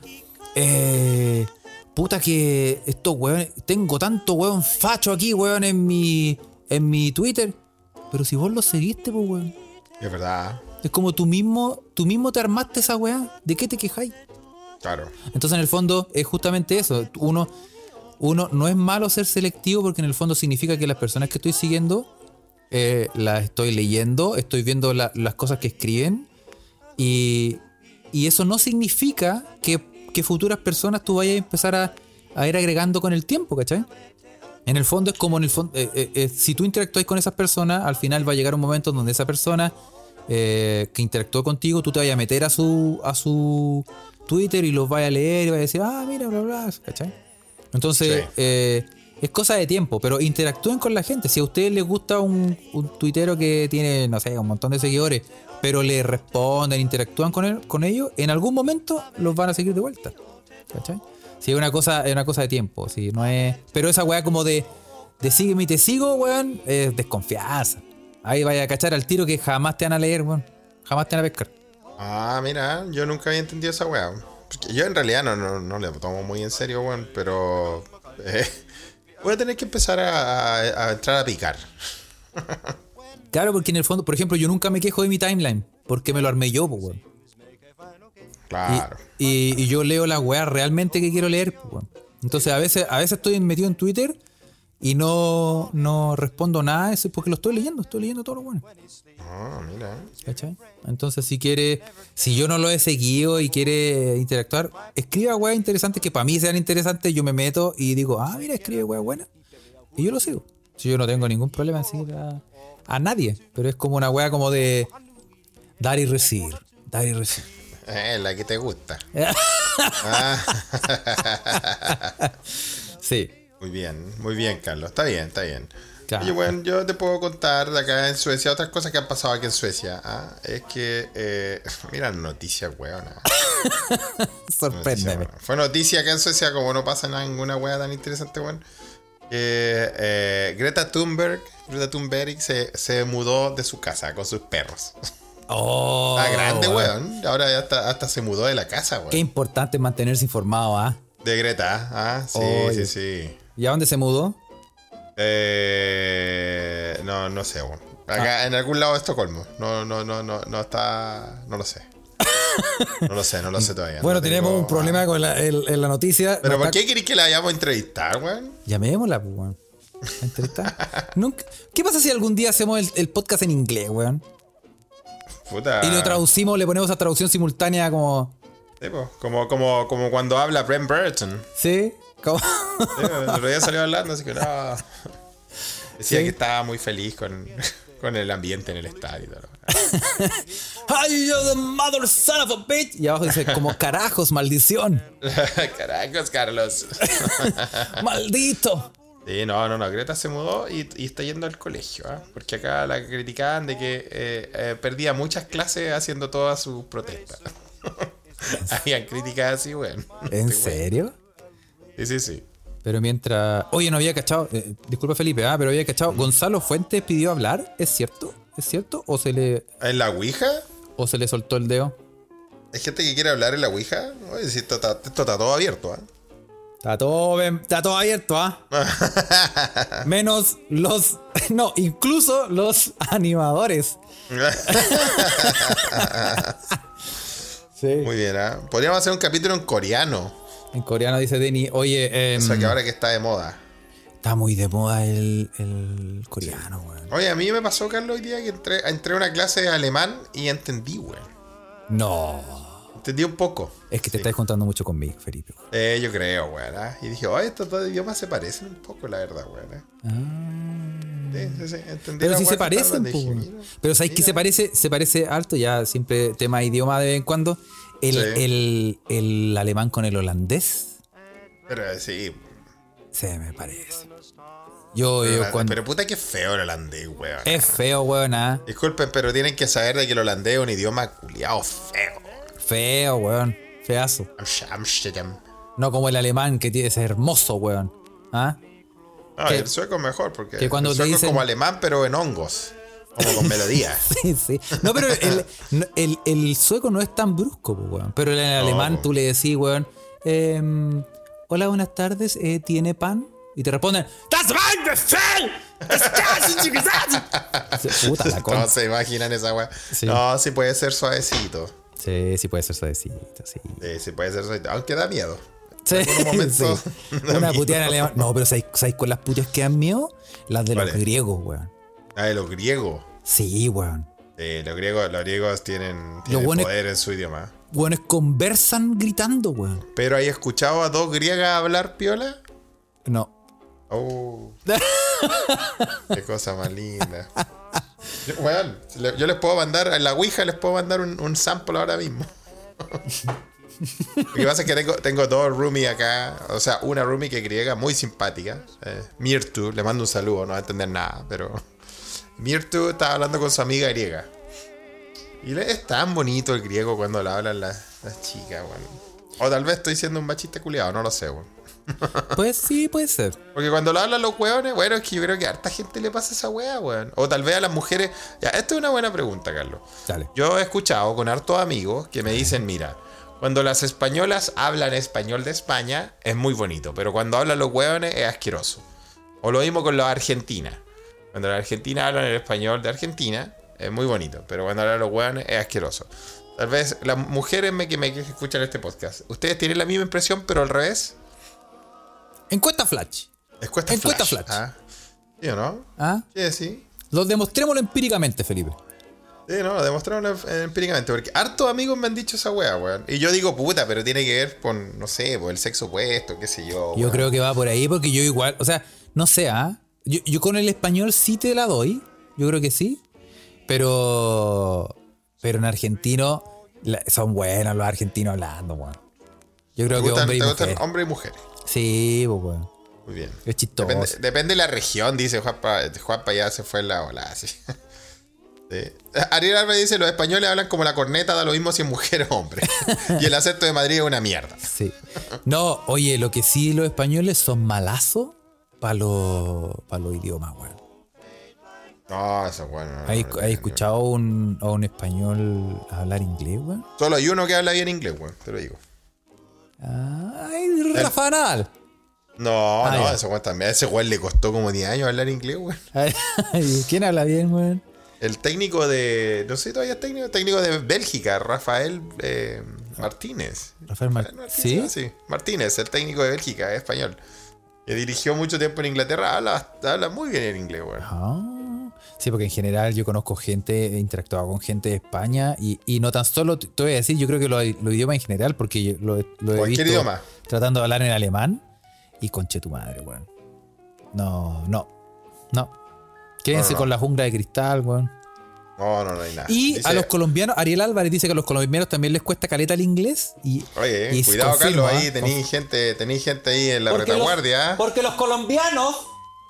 eh, Puta que estos weones. Tengo tanto weón facho aquí, weón, en mi. en mi Twitter. Pero si vos lo seguiste, pues weón.
Es verdad,
Es como tú mismo, tú mismo te armaste esa weá. ¿De qué te quejáis?
claro.
Entonces, en el fondo, es justamente eso. Uno, uno no es malo ser selectivo porque en el fondo significa que las personas que estoy siguiendo eh, las estoy leyendo, estoy viendo la- las cosas que escriben y, y eso no significa que, que futuras personas tú vayas a empezar a, a ir agregando con el tiempo, ¿cachai? En el fondo es como en el fondo, eh, si tú interactúas con esas personas, al final va a llegar un momento donde esa persona eh, que interactuó contigo, tú te vayas a meter a su a su Twitter y los vayas a leer y vayas a decir, ah, mira, bla, bla, ¿cachai? Entonces,
Sí.
eh, es cosa de tiempo, pero interactúen con la gente. Si a ustedes les gusta un, un tuitero que tiene, no sé, un montón de seguidores, pero le responden, interactúan con, él, con ellos, en algún momento los van a seguir de vuelta. ¿Cachai? Sí, es una cosa, es una cosa de tiempo, sí, no es. Pero esa weá como de, de sígueme y te sigo, weón, es desconfianza. Ahí vaya a cachar al tiro que jamás te van a leer, weón. Jamás te van a pescar.
Ah, mira, yo nunca había entendido esa weá. Porque Yo en realidad no, no, no le tomo muy en serio, weón, pero. eh, voy a tener que empezar a, a- a entrar a picar.
Claro, porque en el fondo, por ejemplo, yo nunca me quejo de mi timeline, porque me lo armé yo, pues, weón. Y-
Claro.
Y, y yo leo las weas realmente que quiero leer, pues, weón. Entonces a veces, a veces estoy metido en Twitter y no, no respondo nada, eso es porque lo estoy leyendo, estoy leyendo todo lo bueno.
Ah, mira.
¿Cachai? Entonces, si quiere, si yo no lo he seguido y quiere interactuar, escriba weas interesantes que para mí sean interesantes, yo me meto y digo, ah, mira, escribe weas buenas. Y yo lo sigo. Si yo no tengo ningún problema en seguir a, a nadie, pero es como una wea como de dar y recibir. Dar y recibir.
Eh, la que te gusta.
Sí.
Muy bien, muy bien, Carlos. Está bien, está bien.
Claro.
Oye, bueno, yo te puedo contar de acá en Suecia otras cosas que han pasado aquí en Suecia. Ah, es que, eh, [laughs] mira, noticias, weón.
Sorpréndeme.
Fue noticia acá en Suecia, como no pasa nada, ninguna weá tan interesante, weón. que, eh, Greta Thunberg, Greta Thunberg se, se mudó de su casa con sus perros. [laughs]
Oh,
Está Ah, grande, weón. Ahora ya hasta, hasta se mudó de la casa,
Qué
weón.
importante mantenerse informado, ¿ah?
De Greta, ah, sí,
Oye.
sí, sí.
¿Y a dónde se mudó?
Eh, no, no sé, weón. Acá,
Ah.
en algún lado de Estocolmo. No, no, no, no, no está. No lo sé. No lo sé, no lo sé todavía.
bueno,
No
tenemos
tengo-
un problema con la, el- en la noticia.
Pero
Nos
¿por
está-
qué querés que la hayamos entrevistar, weón?
Llamémosla, pues, weón. La entrevista. Nunca- ¿Qué pasa si algún día hacemos el, el podcast en inglés, weón?
Puta.
Y lo traducimos, le ponemos a traducción simultánea como.
Sí, po. como, como, como cuando habla Brent Burton.
[laughs] ¿Sí? Como-
Sí, El otro día salió hablando, así que no. Decía
Ah. Sí.
que estaba muy feliz con, [laughs] con el ambiente en el estadio. y todo lo-
¡Ay, yo the mother son of a bitch! Y abajo dice, como carajos,
[laughs]
maldición.
Caracos, Carlos.
¡Maldito!
Sí, no, no, no. Greta se mudó y, y está yendo al colegio, ¿ah? porque acá la criticaban de que eh, eh, perdía muchas clases haciendo todas sus protestas. [laughs] Habían críticas así, weón.
¿En serio?
Sí, sí, sí.
Pero mientras. Oye, no había cachado. eh, disculpa, Felipe, ah, pero había cachado. Gonzalo Fuentes pidió hablar, ¿es cierto? ¿Es cierto? ¿O se le,
¿En la Ouija?
o se le soltó el dedo?
¿Hay gente que quiere hablar en la Ouija? Oye, sí, esto, está, esto está todo abierto, ¿ah?
Está todo, bien- está todo abierto, ¿ah? Menos los. [laughs] No, incluso los animadores. sí.
Muy bien, ¿ah? Podríamos hacer un capítulo en coreano.
En coreano dice Denny, oye, em,
O sea, que ahora que está de moda.
Está muy de moda el, el coreano, weón.
Oye, a mí me pasó, Carlos, hoy día que entré, entré a una clase de alemán y entendí, güey.
No.
Entendí un poco.
Es que te estás contando mucho conmigo, Felipe. weón.
Eh, yo creo, güey. ¿ah? Y dije, oye, estos dos idiomas se parecen un poco, la verdad, güey. ¿eh? Sí, sí, sí, entendí
Ah. Pero
la
si
weá
se
que
parecen,
estaban, dije,
po,
mira,
weón. Pero ¿sabes que se parece? Se parece harto, ya siempre tema de idioma de vez en cuando. El,
Sí.
el- el alemán con el holandés
Pero eh, sí.
se me parece. Yo, yo
Pero,
cuando. Eh.
pero puta que feo el holandés, güey.
es feo, weón, ah.
Disculpen, pero tienen que saber de que el holandés es un idioma culiao feo.
Feo, weón. Feazo.
Amst- Amsterdam.
No como el alemán que tiene, es hermoso, weón. ¿Ah?
No,
Que-
y el sueco es mejor porque
que cuando
el
te
sueco
dicen-
es como alemán pero en hongos, como con melodía.
Sí, sí. No, pero el, no, el, el sueco no es tan brusco, po, weón. Pero en el
No,
alemán
po.
tú le decís, weón, em, hola, buenas tardes, eh, ¿tiene pan? Y te responden, ¡Das Wein, das Fell, das Käse, die Gesaß". [laughs] Puta la
No
con.
se imaginan esa weá.
Sí.
No, sí puede ser suavecito.
Sí, sí puede ser suavecito, sí.
Sí, sí puede ser suavecito. Aunque da miedo.
Sí,
algún momento, [laughs]
sí.
da
Una
miedo.
puteada en alemán. No, pero ¿sabes, ¿sabes con las puteas que dan miedo? Las de los
Vale.
griegos, weón.
Ah, de los griegos.
Sí, weón.
Sí, Eh, los griegos, los griegos tienen, tienen
buenos-
poder en su idioma.
Weones conversan gritando, weón.
Pero ¿hay escuchado a dos griegas hablar piola?
No.
Oh. Qué cosa más linda. Yo, weón, le- yo les puedo mandar, en la Ouija les puedo mandar un, un sample ahora mismo. Lo que pasa es que tengo, tengo dos roomies acá, o sea, una roomie que es griega muy simpática, eh, Mirtu, le mando un saludo, no va a entender nada, pero Mirtu estaba hablando con su amiga griega. Y le- es tan bonito el griego cuando le hablan las, las chicas, weón. O tal vez estoy siendo un machista culiado, no lo sé, weón.
Pues sí, puede ser.
Porque cuando lo hablan los hueones, bueno, es que yo creo que a harta gente le pasa esa hueá, weón. O tal vez a las mujeres. Ya, esta es una buena pregunta, Carlos.
Dale.
Yo he escuchado con hartos amigos que me dicen, mira, cuando las españolas hablan español de España, es muy bonito, pero cuando hablan los hueones es asqueroso. O lo mismo con los argentinas. Cuando las argentinas hablan el español de Argentina, es muy bonito, pero cuando hablan los hueones es asqueroso. Tal vez las mujeres me, que me que escuchan este podcast, ustedes tienen la misma impresión, pero al revés.
Encuesta Flash.
Encuesta
Encuesta
flash.
flash.
Ah. ¿Sí o no?
¿Ah?
Sí, sí.
Lo demostrémoslo empíricamente, Felipe.
Sí, no, lo demostraron em- empíricamente. Porque hartos amigos me han dicho esa wea, weón. Y yo digo, puta, pero tiene que ver con, no sé, por el sexo opuesto, qué sé yo.
Yo creo que va por ahí porque yo igual, o sea, no sé, ¿ah? yo, yo con el español sí te la doy, yo creo que sí, pero pero en argentino la- son buenos los argentinos hablando, weón. Yo creo
te
que
gustan,
hombre y
te gustan
mujer.
hombres y mujeres.
Sí, pues, weón.
Muy bien.
Es chistoso.
Depende, depende de la región, dice Juanpa. Juanpa ya se fue en la ola, así. [laughs] Sí. Ariel Arbe dice: Los españoles hablan como la corneta, da lo mismo si es mujer
[laughs]
o hombre. y el acento de Madrid es una mierda.
Sí. No, oye, lo que sí los españoles son malazos para los pa' los idiomas, weón.
No, eso, bueno. no, no,
¿Has
no, no,
has
no.
escuchado un- a un español hablar inglés, weón?
Solo hay uno que habla bien inglés, weón, te lo digo.
Ay, Rafa Nadal.
No,
Ah,
no,
ya.
ese weón también. A ese weón le costó como 10 años hablar inglés, weón.
Ay, ¿Quién habla bien, weón?
El técnico de. No sé, todavía es técnico. Técnico de Bélgica, Rafael eh, Martínez.
Rafael Martínez. ¿Sí?
Martínez, Sí, Martínez, el técnico de Bélgica, es español. Que dirigió mucho tiempo en Inglaterra. Habla, habla muy bien el inglés, weón.
Ah. Sí, porque en general yo conozco gente, he interactuado con gente de España y, y no tan solo, te te voy a decir, yo creo que lo- los idiomas en general, porque yo lo, he- lo he
Cualquier
visto
idioma.
tratando de hablar en alemán y conche tu madre, weón. No, no, no. Quédense
No, no, no.
con la jungla de cristal, weón.
No, no, no hay nada.
Y
Dice-
a los colombianos, Ariel Álvarez dice que a los colombianos también les cuesta caleta el inglés y...
Oye,
y
cuidado,
confirmo,
Carlos.
¿ah?
Ahí tení gente, tení gente ahí en la
los-
retaguardia. [laughs] ¿ah?
porque los colombianos,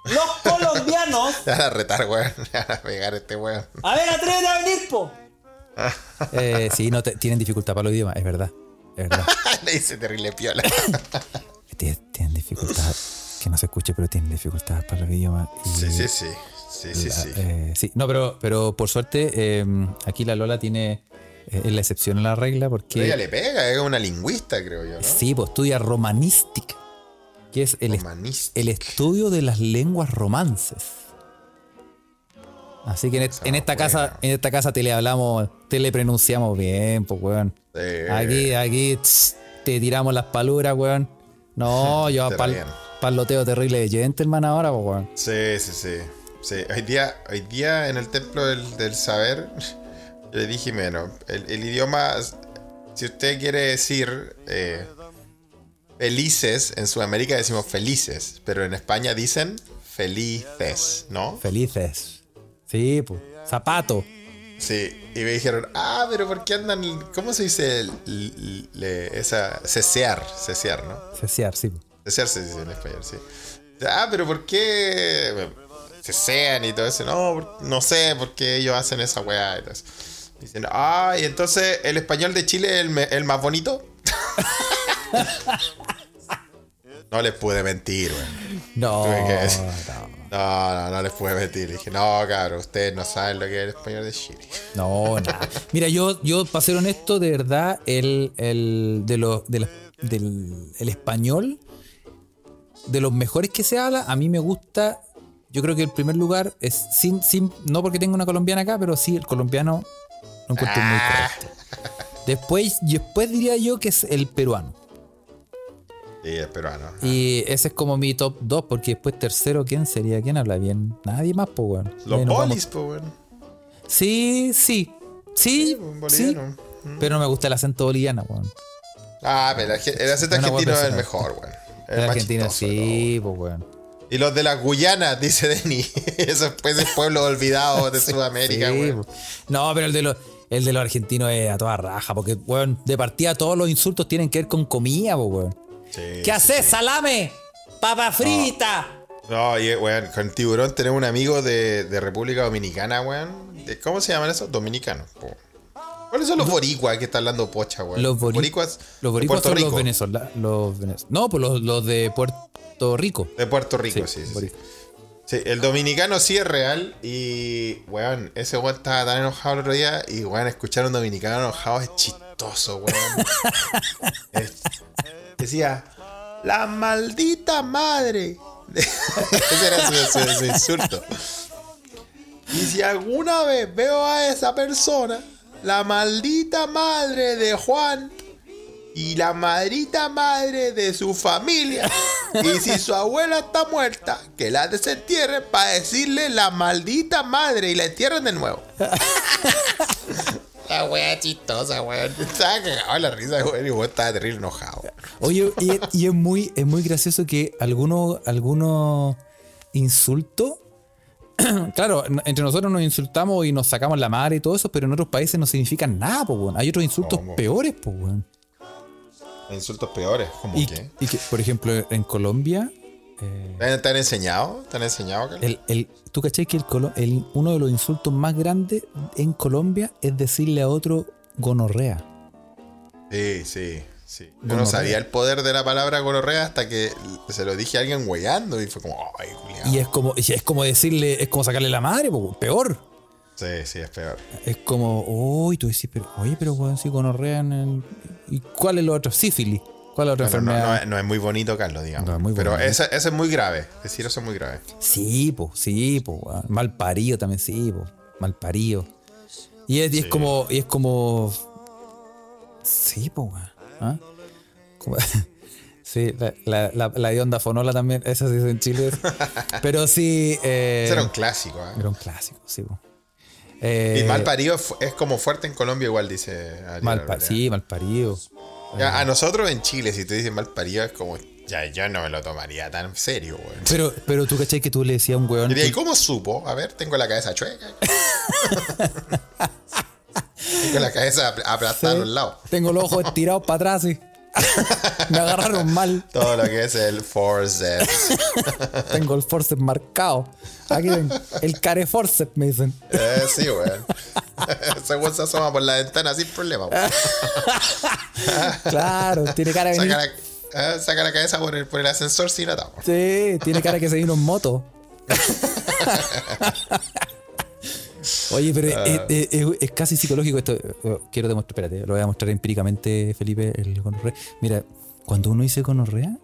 los colombianos,
Te van a retar, weón. [laughs] Te van a pegar este weón. [laughs]
a ver, atrévete a venir, po.
Eh, sí, no, te- tienen dificultad para los idiomas, es verdad, es
[laughs]
verdad.
Le dice
[laughs]
terrible piola.
Tie- Tienen dificultad, que no se escuche, pero tienen dificultad para los idiomas. y
Sí, sí, sí. Sí, sí,
la-
sí.
eh, sí. no, pero, pero por suerte, eh, aquí la Lola tiene eh, es la excepción a la regla
Pero ella
porque.
le pega, es una lingüista, creo yo, ¿no?
Sí, pues estudia romanística, que es el, est-
Humanista.
el estudio de las lenguas romances. Así que en, est-
Esa
en esta
buena.
casa, en esta casa te le hablamos, te le pronunciamos bien, pues weón.
Sí. Eh.
Aquí, aquí tss, te tiramos las paluras, weón. No, yo
[laughs] Pero
para
bien.
parloteo terrible de Gentleman ahora, po, weón.
Sí, sí, sí. Sí, hoy día, hoy día en el templo del, del saber, [laughs] yo le dije, menos, el, el idioma, si usted quiere decir eh, felices, en Sudamérica decimos felices, pero en España dicen felices, ¿no?
Felices. Sí, pues. Zapato.
Sí, y me dijeron, ah, pero ¿por qué andan, cómo se dice el- l- le- esa, cesear, cesear, ¿no?
Ceciar, sí. po.
Desear se dice en español, sí. Ah, pero ¿por qué bueno, se sean y todo eso? No, por- no sé por qué ellos hacen esa weá y todo eso. Dicen, ah, y entonces el español de Chile es el, me- el más bonito. [laughs] no les pude mentir, weón.
No.
Tuve que decir.
no.
No, no, no les pude mentir. Dije, no, cabrón, ustedes no saben lo que es el español de Chile.
No, nada. Mira, yo, yo para ser honesto, de verdad, el, el, de los de la- del el español, de los mejores que se habla, a mí me gusta. Yo creo que el primer lugar es sin, sin, no porque tengo una colombiana acá, pero sí, el colombiano lo encuentro muy
Ah.
correcto. Después, después diría yo que es el peruano.
Sí, el peruano.
Y ese es como mi top 2, porque después tercero, ¿quién sería? ¿Quién habla bien? Nadie más, pues, weón.
Los
Ahí nos vamos.
bolis, pues, weón.
Sí, sí. Sí,
pues, un
sí.
boliviano.
Pero no me gusta el acento boliviano, weón.
Ah, pero el, el acento
Una
argentino
buena
es el
persona.
mejor, weón. El
El
más
argentino
chistoso,
sí, pues weón.
Y los de las Guyanas, dice Denny. [laughs] Esos pues de pueblos olvidados de Sudamérica,
Sí,
güey.
po. No, pero el de los el de los argentinos es a toda raja, porque weón, de partida todos los insultos tienen que ver con comida, po, weón.
Sí,
¿Qué
sí,
haces,
sí.
salame? Papa frita.
No, y, weón, con tiburón tenemos un amigo de, de República Dominicana, weón. ¿De- ¿Cómo se llaman esos? Dominicanos, po. ¿Cuáles son los boricuas que está hablando pocha, weón?
Los bori-
boricuas.
Los
de
boricuas
Puerto
son los
Rico.
venezolanos. Los venez- No, pues los, los de Puerto Rico.
De Puerto Rico,
Sí,
Pues sí, sí, sí.
bori-
Sí, el dominicano sí es real y, weón, ese weón estaba tan enojado el otro día y, weón, escuchar a un dominicano enojado es chistoso, weón. Es- decía, la maldita madre. [laughs] ese era su, su- su insulto. Y si alguna vez veo a esa persona, la maldita madre de Juan y la madrita madre de su familia. Y si su abuela está muerta, que la desentierren para decirle la maldita madre y la entierren de nuevo. La wea chistosa, weón. Estaba cagado en la risa, weón. Y vos estaba terrible enojado.
Oye, y, y es, muy, es muy gracioso que algunos algunos insultos. [clears throat] Claro, n- entre nosotros nos insultamos y nos sacamos la madre y todo eso, pero en otros países no significan nada, po, weón. Hay otros insultos
¿Cómo?
peores, po, weón.
Insultos peores, como
Y,
que.
y que, por ejemplo, en Colombia, eh,
¿Te han- te han enseñado? ¿Te han enseñado? Carlos?
el, el- ¿tú caché que el colo- el- uno de los insultos más grandes en Colombia es decirle a otro gonorrea?
Sí, sí, sí. Yo no
Gonorrea.
sabía el poder de la palabra gonorrea hasta que se lo dije a alguien weyando y fue como, ay, culiao.
Y es como, y es como decirle, es como sacarle la madre, po, weón. peor.
Sí, sí, es peor.
Es como, uy, tú decís, pero, oye, pero weón, si gonorrean. ¿Y cuál es lo otro? Sífilis. ¿Cuál es la otra
Bueno, no,
enfermedad?
no es- no es muy bonito, Carlos, digamos.
No es muy
Pero
bonito. Eh,
ese, ese es muy grave. Decir eso es muy grave.
Sí, po, sí, po, weón. Mal parido también, sí, po. Mal parido. Y es, y es como, y es como. Sí, po, weón. ¿Ah? Como- [laughs] Sí, la, la, la, la hedionda fonola también, esa se dice en
[laughs]
Chile. Pero sí. eh,
Ese era un clásico. ¿eh?
era un clásico, sí, po. Eh,
y mal parido fu- es como fuerte en Colombia, igual dice. Ariel
mal pa-
Arboleda.
sí, mal parido.
Ya, a nosotros en Chile, si te dicen mal parido, es como. Ya, yo no me lo tomaría tan serio, güey.
Pero, pero tú cachai que tú le decías a un weón.
Diría,
que-
¿y cómo supo? A ver, tengo la cabeza
[laughs]
chueca. tengo la cabeza apl- aplastada a un lado.
Tengo los ojos estirados para atrás, [laughs] sí. Me agarraron mal.
Todo lo que es el forceps.
Tengo el forceps marcado. Aquí tengo el care forceps, me [laughs] dicen.
Eh, sí, güey. Ese güey [laughs] se asoma por la ventana sin problema, güey.
Claro, tiene cara de venir.
Saca la, eh, saca la cabeza por el, por el ascensor sin atado.
Sí, tiene cara que se vino en moto. Oye, pero es,
Ah.
es- es- es casi psicológico esto. Eh, Quiero demostrar, espérate, lo voy a mostrar empíricamente, Felipe, el gonorrea. Mira, cuando uno dice gonorrea,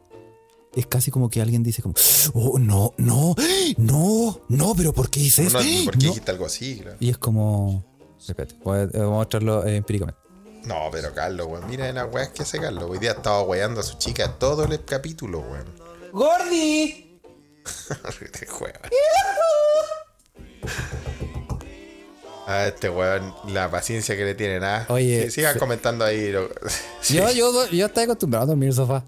es casi como que alguien dice como, oh, no, no, no, no, pero ¿por qué dices?
No, ¿Por qué
No".
dijiste algo así? claro?
Y es como, espérate, voy a, voy a mostrarlo eh, empíricamente.
No, pero Carlos, weón. [laughs] Mira en las weas que hace Carlos. Hoy día estaba weando a su chica todo el capítulo, weón.
¡Gordi!
Este hueón. A este weón, la paciencia que le tienen, ¿ah?
Oye,
Sí, sigan
se-
comentando ahí. lo- [laughs] Sí,
Yo, yo, yo estoy acostumbrado a dormir en el sofá.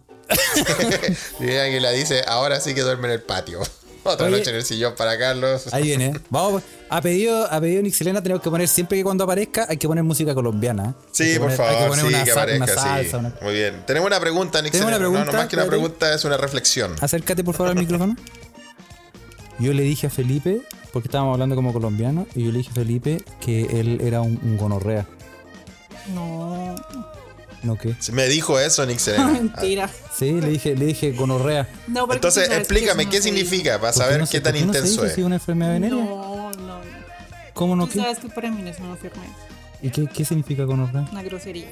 Y alguien la dice, ahora sí que duerme en el patio. [laughs] Otra
Oye.
noche en el sillón para Carlos.
Ahí viene.
[laughs]
¿eh? Vamos. A pedido, a pedido de Nixilena tenemos que poner siempre que cuando aparezca hay que poner música colombiana. ¿eh? Hay
Sí,
que
por
poner- hay
favor,
poner
sí,
una
que
sa- una
aparezca, sí.
salsa, una-
Muy bien. Tenemos una pregunta, Nick.
Tenemos una
Sereno. No,
pregunta, Ah.
no, más que una
espérate.
pregunta, es una reflexión.
Acércate por favor al micrófono. Yo le dije a Felipe, porque estábamos hablando como colombiano, y yo le dije a Felipe que él era un, un gonorrea. No. ¿No qué?
Me dijo eso, Nick
[laughs]
Serena. Ah.
Mentira.
Sí, le dije, le dije gonorrea.
No, porque
Entonces,
tú sabes que
explícame,
eso no
¿qué
se
significa?
¿Por
Para
qué
saber
no
qué
se-
tan
por qué no se
intenso
dice
es.
si una enfermedad
dice.
venérea?
No, no.
¿Cómo no
Tú
qué?
sabes que para mí no es una enfermedad,
¿Y qué, qué significa gonorrea?
una grosería.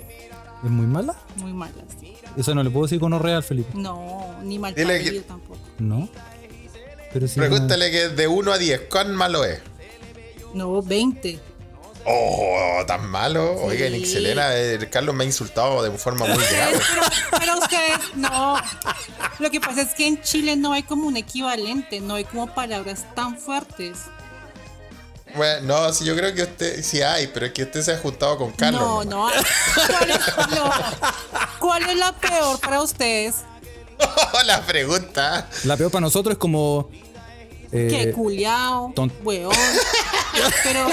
¿Es muy mala?
Muy mala, sí.
Eso no le puedo decir gonorrea al Felipe.
No, ni mal
Dile
parido
que-
tampoco.
No. Pero sí.
Pregúntale que de 1 a 10, ¿cuán malo es?
No, 20.
Oh, tan malo. Oiga,
Sí.
Nick Selena, eh, Carlos me ha insultado de forma muy grave.
[laughs] Pero, pero ustedes no. Lo que pasa es que en Chile no hay como un equivalente, no hay como palabras tan fuertes.
Bueno, no, si yo creo que usted, sí hay, pero es que usted se ha juntado con Carlos. [laughs]
no,
nomás.
no hay. ¿Cuál es, no. ¿Cuál es la peor para ustedes?
Oh, la pregunta.
La peor para nosotros es como. eh,
que culiao,
ton-
weón.
[laughs]
Pero.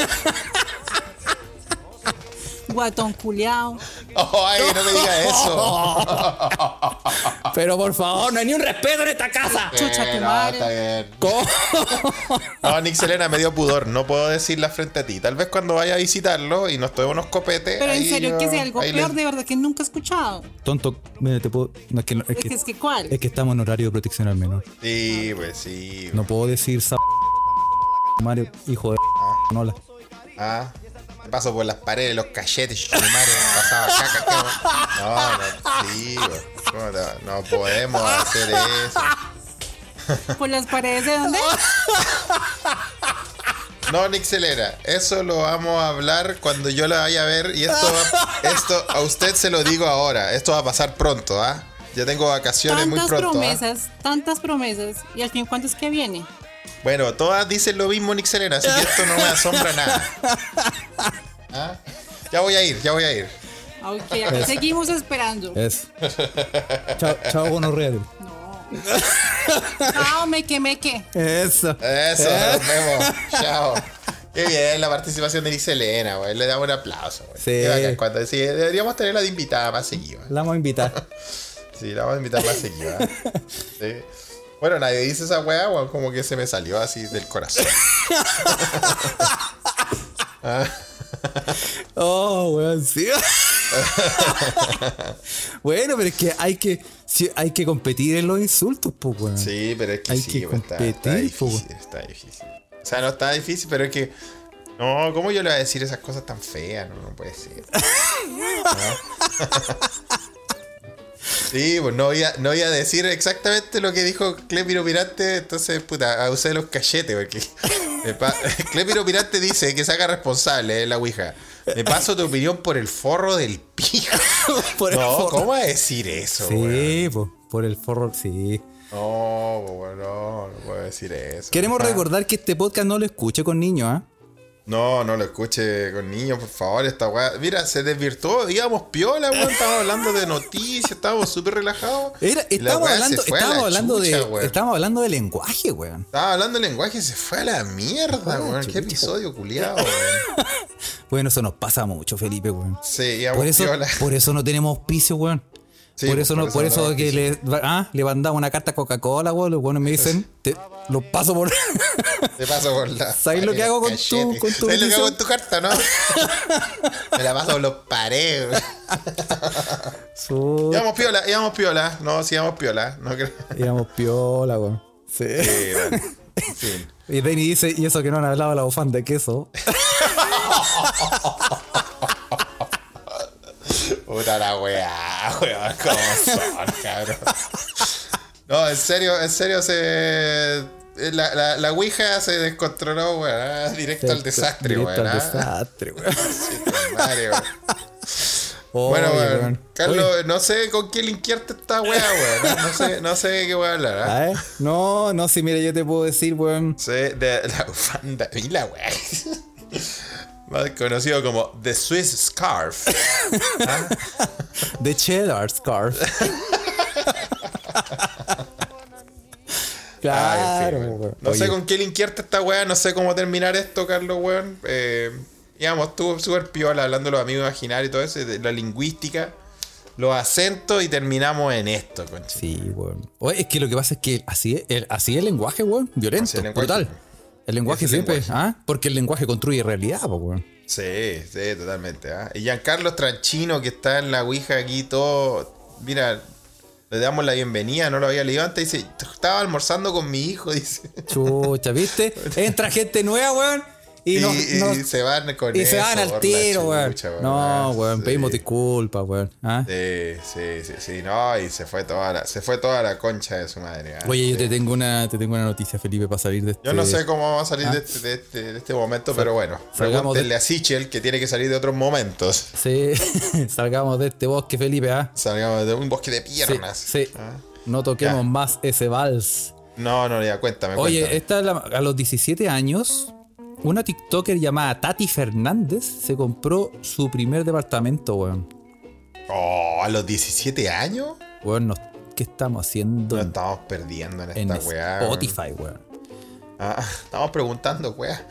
Guatón culiao.
Oh, ay, no me
[laughs]
diga eso.
Pero por favor, no hay ni un respeto en esta casa.
Chucha tu
Eh, no, está
madre.
bien.
¿Cómo?
[laughs] No, Nick Selena me dio pudor. No puedo decirla frente a ti. Tal vez cuando vaya a visitarlo y nos tomemos unos copetes.
Pero en
ahí
serio,
yo-
que es algo
ahí
peor,
le-
de verdad que nunca he escuchado.
Tonto, mira, te puedo. no, es, que, no- es,
Es que,
que,
es que cuál.
es que estamos en horario de protección al menor.
Sí, pues sí.
No puedo decir sa- Mario, hijo de. Nola.
Ah, me paso por las paredes, los cachetes, chumares, pasaba caca. ¿qué? No, no, sí, pues, ¿cómo te- no podemos hacer eso.
¿Por las paredes de
[laughs]
dónde?
No, Nixelera, eso lo vamos a hablar cuando yo la vaya a ver y esto, va- esto a usted se lo digo ahora, esto va a pasar pronto, ¿ah? Ya tengo vacaciones muy
Tantas
pronto. ¿ah?
promesas, tantas promesas. ¿Y al fin cuánto es que viene?
Bueno, todas dicen lo mismo, Nixelera, así que esto no me asombra nada. ¿Ah? Ya voy a ir, ya voy a ir.
Ok, aquí seguimos esperando.
Es. chao, chao, gonorrea. tú.
No. No, me quemé que.
Eso.
Eso, nos vemos. Chao. Qué bien la participación de Nicelena, güey. Le damos un aplauso, güey.
Sí.
Qué bacán, cuando- sí, deberíamos tenerla de invitada más seguido.
La vamos a invitar.
Sí, la vamos a invitar más seguido. ¿eh? Sí. Bueno, nadie dice esa weá, weón. Como que se me salió así del corazón.
Oh, weón,
[laughs]
sí. bueno, pero es que hay que, sí, hay que competir en los insultos, pues, weón.
Sí, pero es que
Hay
sí,
que
weón, está, está
competir, po,
difícil. Está difícil. O sea, no está difícil, pero es que. No, ¿cómo yo le voy a decir esas cosas tan feas? No, no puede ser. ¿No? Sí, pues no voy, a, no voy a decir exactamente lo que dijo Clepiro Pirante, entonces, puta, usé los cachetes, porque me pa- [laughs] Clepiro Pirante dice que se haga responsable eh, la Ouija. Me paso tu opinión por el forro del pijo.
[laughs] Por el
no,
forro.
¿cómo va a decir eso, weón?
Sí, po, por el forro, sí.
No, weón, no, no puedo decir eso.
Queremos
Ah.
recordar que este podcast no lo escuche con niños, ¿ah?
No, no lo escuche con niños, por favor, esta weá. Mira, se desvirtuó, íbamos piola, weón. Estábamos hablando de noticias, estábamos súper relajados.
Era-
Y la
Estábamos
weá se
hablando,
fue a
estábamos
la
hablando
chucha,
de.
weón.
Estábamos hablando de lenguaje, weón.
Estaba hablando el lenguaje y se fue a la mierda,
Ah,
weón. Qué
chucha.
episodio culiado, weón.
Bueno, eso nos pasa mucho, Felipe, weón.
Sí,
Por
íbamos
eso,
piola.
por eso no tenemos auspicio, weón.
Sí,
por eso no, por eso,
no
que le, ah, le mandamos una carta a Coca-Cola, weón. Los buenos me dicen, te- lo paso por.
[laughs]
[laughs]
Te paso por la.
¿Sabes lo que hago con tu-
cachete.
con tu
¿Sabes lo que hago
bendición?
con tu carta, no?
[laughs]
Me la paso por los paredes.
Su-
Íbamos piola, íbamos piola. No, sí, íbamos piola. No creo.
Íbamos piola, weón. Sí.
Sí, bueno. En fin.
Y Denny dice, y eso que no han hablado de la bufanda de
[laughs]
queso.
Puta la weá, weón, cómo son, cabrón. No, en serio, en serio se. eh, La, la, la Ouija se descontroló, weón. ah, Directo al desastre,
Directo al
weón. ah.
desastre, weón.
Sí, tu madre, weón.
Oye,
Bueno, weón.
weón.
Carlos,
Oye,
no sé con qué linkearte esta weá, weón. ¿eh? No, no sé, no sé de qué voy a hablar, ¿ah?
a ver, ¿eh? No, no, sí, mira, yo te puedo decir, weón.
Sé de la bufanda y la weá. [laughs] Más conocido como The Swiss Scarf.
The Cheddar
[laughs]
Scarf.
Ay,
claro,
en fin, weón.
weón.
No
Oye,
sé con qué linkearte esta weá, no sé cómo terminar esto, Carlos, weón. Eh, digamos, estuvo súper piola hablando de los amigos imaginarios y todo eso, y de la lingüística, los acentos y terminamos en esto, concha.
Sí, weón. Oye, es que lo que pasa es que así es el, así es el lenguaje, weón. Violento,
Así es el lenguaje.
brutal. El lenguaje
Es el
siempre,
lenguaje.
¿ah? Porque el lenguaje construye realidad, po, weón.
Sí, sí, totalmente. ¿ah? Y Giancarlo Tranchino, que está en la Ouija aquí todo. Mira, le damos la bienvenida, no lo había leído antes. Dice: Estaba almorzando con mi hijo, [laughs] dice.
Chucha,
[laughs]
¿viste? Entra gente nueva, weón. Y,
Y,
nos-
y-
nos-
y se van con
y se
eso,
van al
por la
tiro, weón.
chucha, weón.
No, weón,
Sí.
pedimos disculpas, weón. ¿ah?
Sí, sí, sí, sí, no, y se fue toda la, se fue toda la concha de su madre. ¿eh?
Oye, yo
Sí.
te tengo una, te tengo una noticia, Felipe, para salir de este.
Yo no sé cómo vamos a salir
Ah.
de, este, de este- de este momento, pero bueno.
salgamos de-
Pregúntenle a Sichel que tiene que salir de otros momentos. [laughs]
Sí, [laughs] salgamos de este bosque, Felipe, ¿ah?
Salgamos de un bosque de
Sí,
piernas.
sí.
¿Ah?
No toquemos
Ya.
más ese vals.
No, no, ya, cuéntame,
Oye,
cuéntame.
esta es la- a los 17 años, una TikToker llamada Tati Fernández se compró su primer departamento, weón.
Oh, a los 17 años
Weón, nos- ¿qué estamos haciendo
nos
en,
estamos perdiendo en
en
esta weá. weón.
Spotify, weón?
Ah, [laughs] estamos preguntando, weá.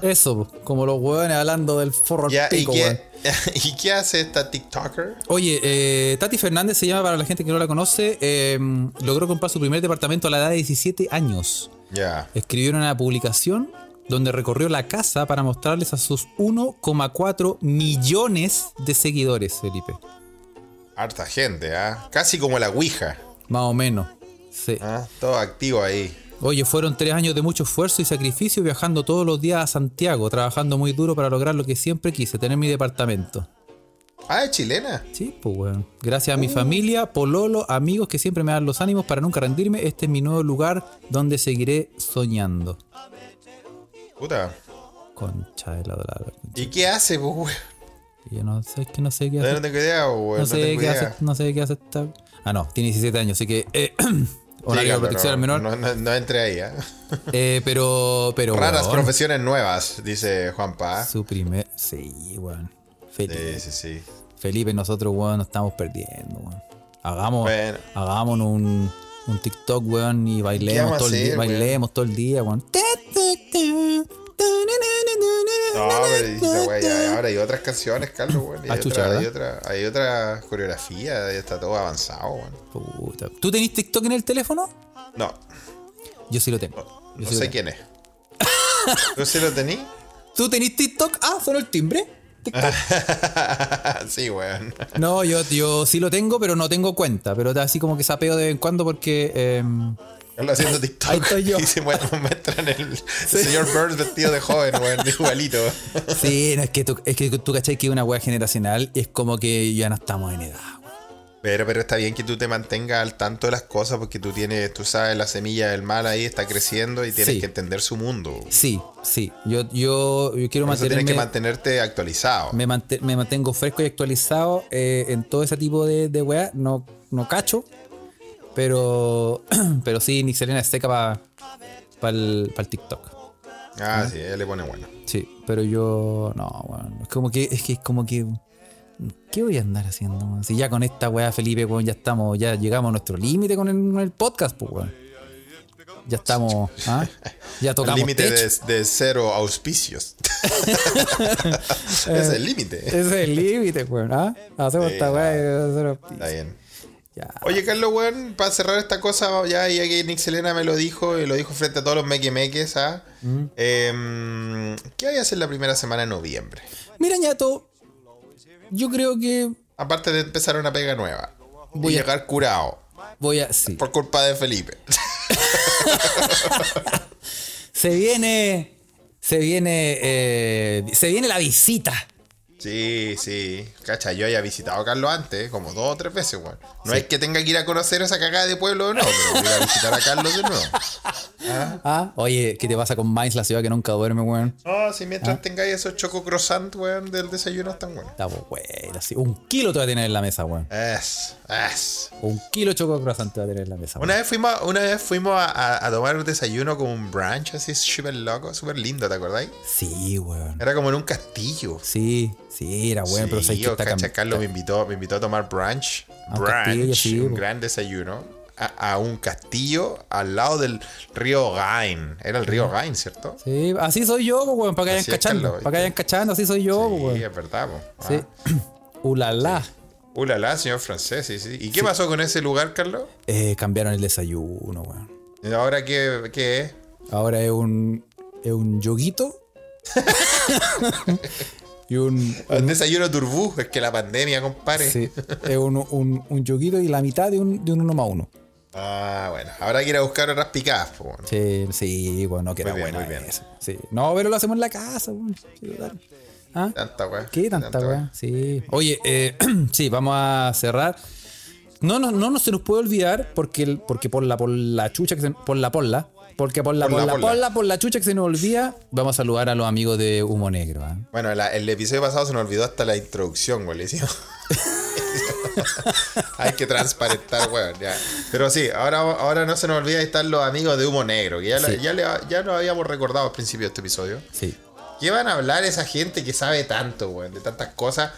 Eso, pues, como los weones hablando del forro al
Ya, ¿y,
pico, weón.
qué, [laughs] ¿Y qué hace esta TikToker?
Oye, eh, Tati Fernández se llama, para la gente que no la conoce, eh, logró comprar su primer departamento a la edad de 17 años.
Ya.
Escribió en una publicación donde recorrió la casa para mostrarles a sus 1,4 millones de seguidores, Felipe.
Harta gente, ¿ah? Casi como la Ouija.
Más o menos. Sí.
¿ah? Todo activo ahí.
Oye, fueron tres años de mucho esfuerzo y sacrificio viajando todos los días a Santiago, trabajando muy duro para lograr lo que siempre quise, tener mi departamento.
Ah, es chilena.
Sí, pues weón. Gracias
Uh.
a mi familia, pololo, amigos que siempre me dan los ánimos para nunca rendirme. Este es mi nuevo lugar donde seguiré soñando.
Puta.
Concha de la dorada.
¿Y qué hace, pues, weón?
Yo no sé, es que no sé qué
Todavía
hacer.
No tengo idea, pues, weón.
No
No
sé
tengo
qué
idea.
hace, no sé qué hace esta- Ah, no, tiene 17 años, así que. Eh, [clears throat] horario de
Dígalo,
protección al
no,
menor.
No, no, no entre ahí, ¿eh?
Eh, pero. pero
Raras
weón,
profesiones nuevas, dice Juanpa.
Su primer. Sí, weón. Felipe.
Sí, sí, sí.
Felipe, nosotros, weón, nos estamos perdiendo, weón. Hagamos,
Bueno.
hagamos un, un TikTok, weón, y bailemos
vamos
todo
a
el día,
hacer, weón?
bailemos todo el día, weón.
No, pero dice, güey, ya- ahora hay otras canciones, Carlos, weón. Hay,
Ah,
otra-
chucha, ¿verdad?
hay, otra, hay otra coreografía, ya está todo avanzado, weón.
Puta. ¿Tú tenés TikTok en el teléfono?
No,
Yo sí lo tengo. Yo
no
sí lo
sé
tengo.
quién es. ¿Tú sí lo tení? [laughs]
¿Tú tenés TikTok? Ah, solo el timbre.
sí, weón.
No, yo, yo sí lo tengo, pero no tengo cuenta. Pero así como que sapeo de vez en cuando porque. em,
Carlos haciendo TikTok.
Ahí estoy yo.
Y se mue- muestran el señor Burns vestido de joven, weón. [laughs] Igualito.
sí, no, es que tú, es que tú cachai que es una wea generacional y es como que ya no estamos en edad, weón.
Pero, pero está bien que tú te mantengas al tanto de las cosas porque tú tienes, tú sabes, la semilla del mal ahí está creciendo y tienes
Sí.
que entender su mundo.
Sí, sí. Yo, yo, yo quiero
Por eso tienes
mantenerme.
que mantenerte actualizado.
me, mante- me mantengo fresco y actualizado eh, en todo ese tipo de, de weá. No, no cacho. Pero, [clears throat] pero sí, Nixelena es seca para el, TikTok.
Ah, sí, ella le pone bueno.
Sí, pero yo. No, weón. Es como que. Es que es como que. ¿Qué voy a andar haciendo? weón? Si ya con esta weá, Felipe, weón, ya estamos. Ya llegamos a nuestro límite con el, con el podcast, pues, weón. Ya
[laughs]
estamos. ¿ah? Ya
El
tocamos.
límite
techo.
de, de
[laughs]
cero auspicios. [laughs] es el límite.
Ese [laughs] es el límite, weón. ¿ah? Hacemos
Sí,
esta weá. y hacemos-
Está bien.
Ya.
Oye, Carlos, weón, para cerrar esta cosa, ya, ya que Nick Selena me lo dijo y lo dijo frente a todos los mequimeques, ¿ah?
Mm.
Em, ¿Qué hay a hacer la primera semana de noviembre?
Mira, ñato. Yo creo que
Aparte de empezar una pega nueva. Voy
Voy
a
a-
llegar curado.
voy a. Sí.
Por culpa de Felipe.
Se viene. Se viene. eh, se viene la visita.
Sí, sí. Cacha, yo ya he visitado a Carlos antes, ¿eh? como dos o tres veces, weón. No es que tenga que ir a conocer esa cagada de pueblo o no, pero voy a ir a visitar a Carlos de nuevo.
Ah, oye, ¿qué te pasa con Mainz, la ciudad que nunca duerme, weón?
[laughs] No, si mientras tengáis esos choco croissant, weón, del desayuno están buenos.
Está pues, weón, así. Un kilo te va a tener en la mesa, weón.
Es, es.
Un kilo de choco croissant te va a tener en la mesa, weón.
Una vez fuimos, a- una vez fuimos a, a- a tomar un desayuno con un brunch así súper loco, súper lindo, ¿te acordáis?
Sí, weón.
Era como en un castillo.
Sí, sí, era weón, pero
sí,
sé que
o
está
cacha,
cambiando.
Carlos me invitó, me invitó a tomar brunch.
A un castillo,
brunch,
sí,
un
po.
gran desayuno. A, a un castillo al lado del río Gain. Era el río Gain, ¿cierto?
Sí, así soy yo, po, weón, para que vayan
Así es,
cachando.
Carlos,
para que vayan cachando, así soy yo, po,
sí,
weón.
es verdad. po. Ah.
Sí. Ulala.
Ulala, señor francés, sí, sí. ¿Y qué pasó con ese lugar, Carlos?
Eh, cambiaron el desayuno, weón.
¿Y ¿Ahora qué, qué es?
Ahora es un. Es un yoguito. [laughs] y un.
Un desayuno turbú, es que la pandemia, compadre.
Ah, sí, es un, un, un yoguito y la mitad de un, de un uno más uno.
Ah, bueno. Ahora quiero buscar otras picadas, po, bueno.
Sí, sí, bueno, que era
Muy bien,
buena
muy bien.
esa. Sí. No, pero lo hacemos en la casa, weón. Sí, dale. ¿Ah?
Tanta weá.
¿Qué tanta weá? Sí. Oye, eh, [clears throat] sí, vamos a cerrar. No, no, no, no se nos puede olvidar porque, el- porque por la por la chucha que se, por la porla, porque por la
Por
por
la
la, por la,
porla.
por la chucha que se nos olvida, vamos a saludar a los amigos de Humo Negro. ¿ah?
Bueno, la- el episodio pasado se nos olvidó hasta la introducción, güey.
[laughs]
le hicimos- Hay que transparentar, weón. ya. Pero sí, ahora, ahora no se nos olvida estar los amigos de Humo Negro, que ya, lo-
Sí.
ya, le, ya lo habíamos recordado al principio de este episodio.
Sí.
¿Qué van a hablar esa gente que sabe tanto, weón? De tantas cosas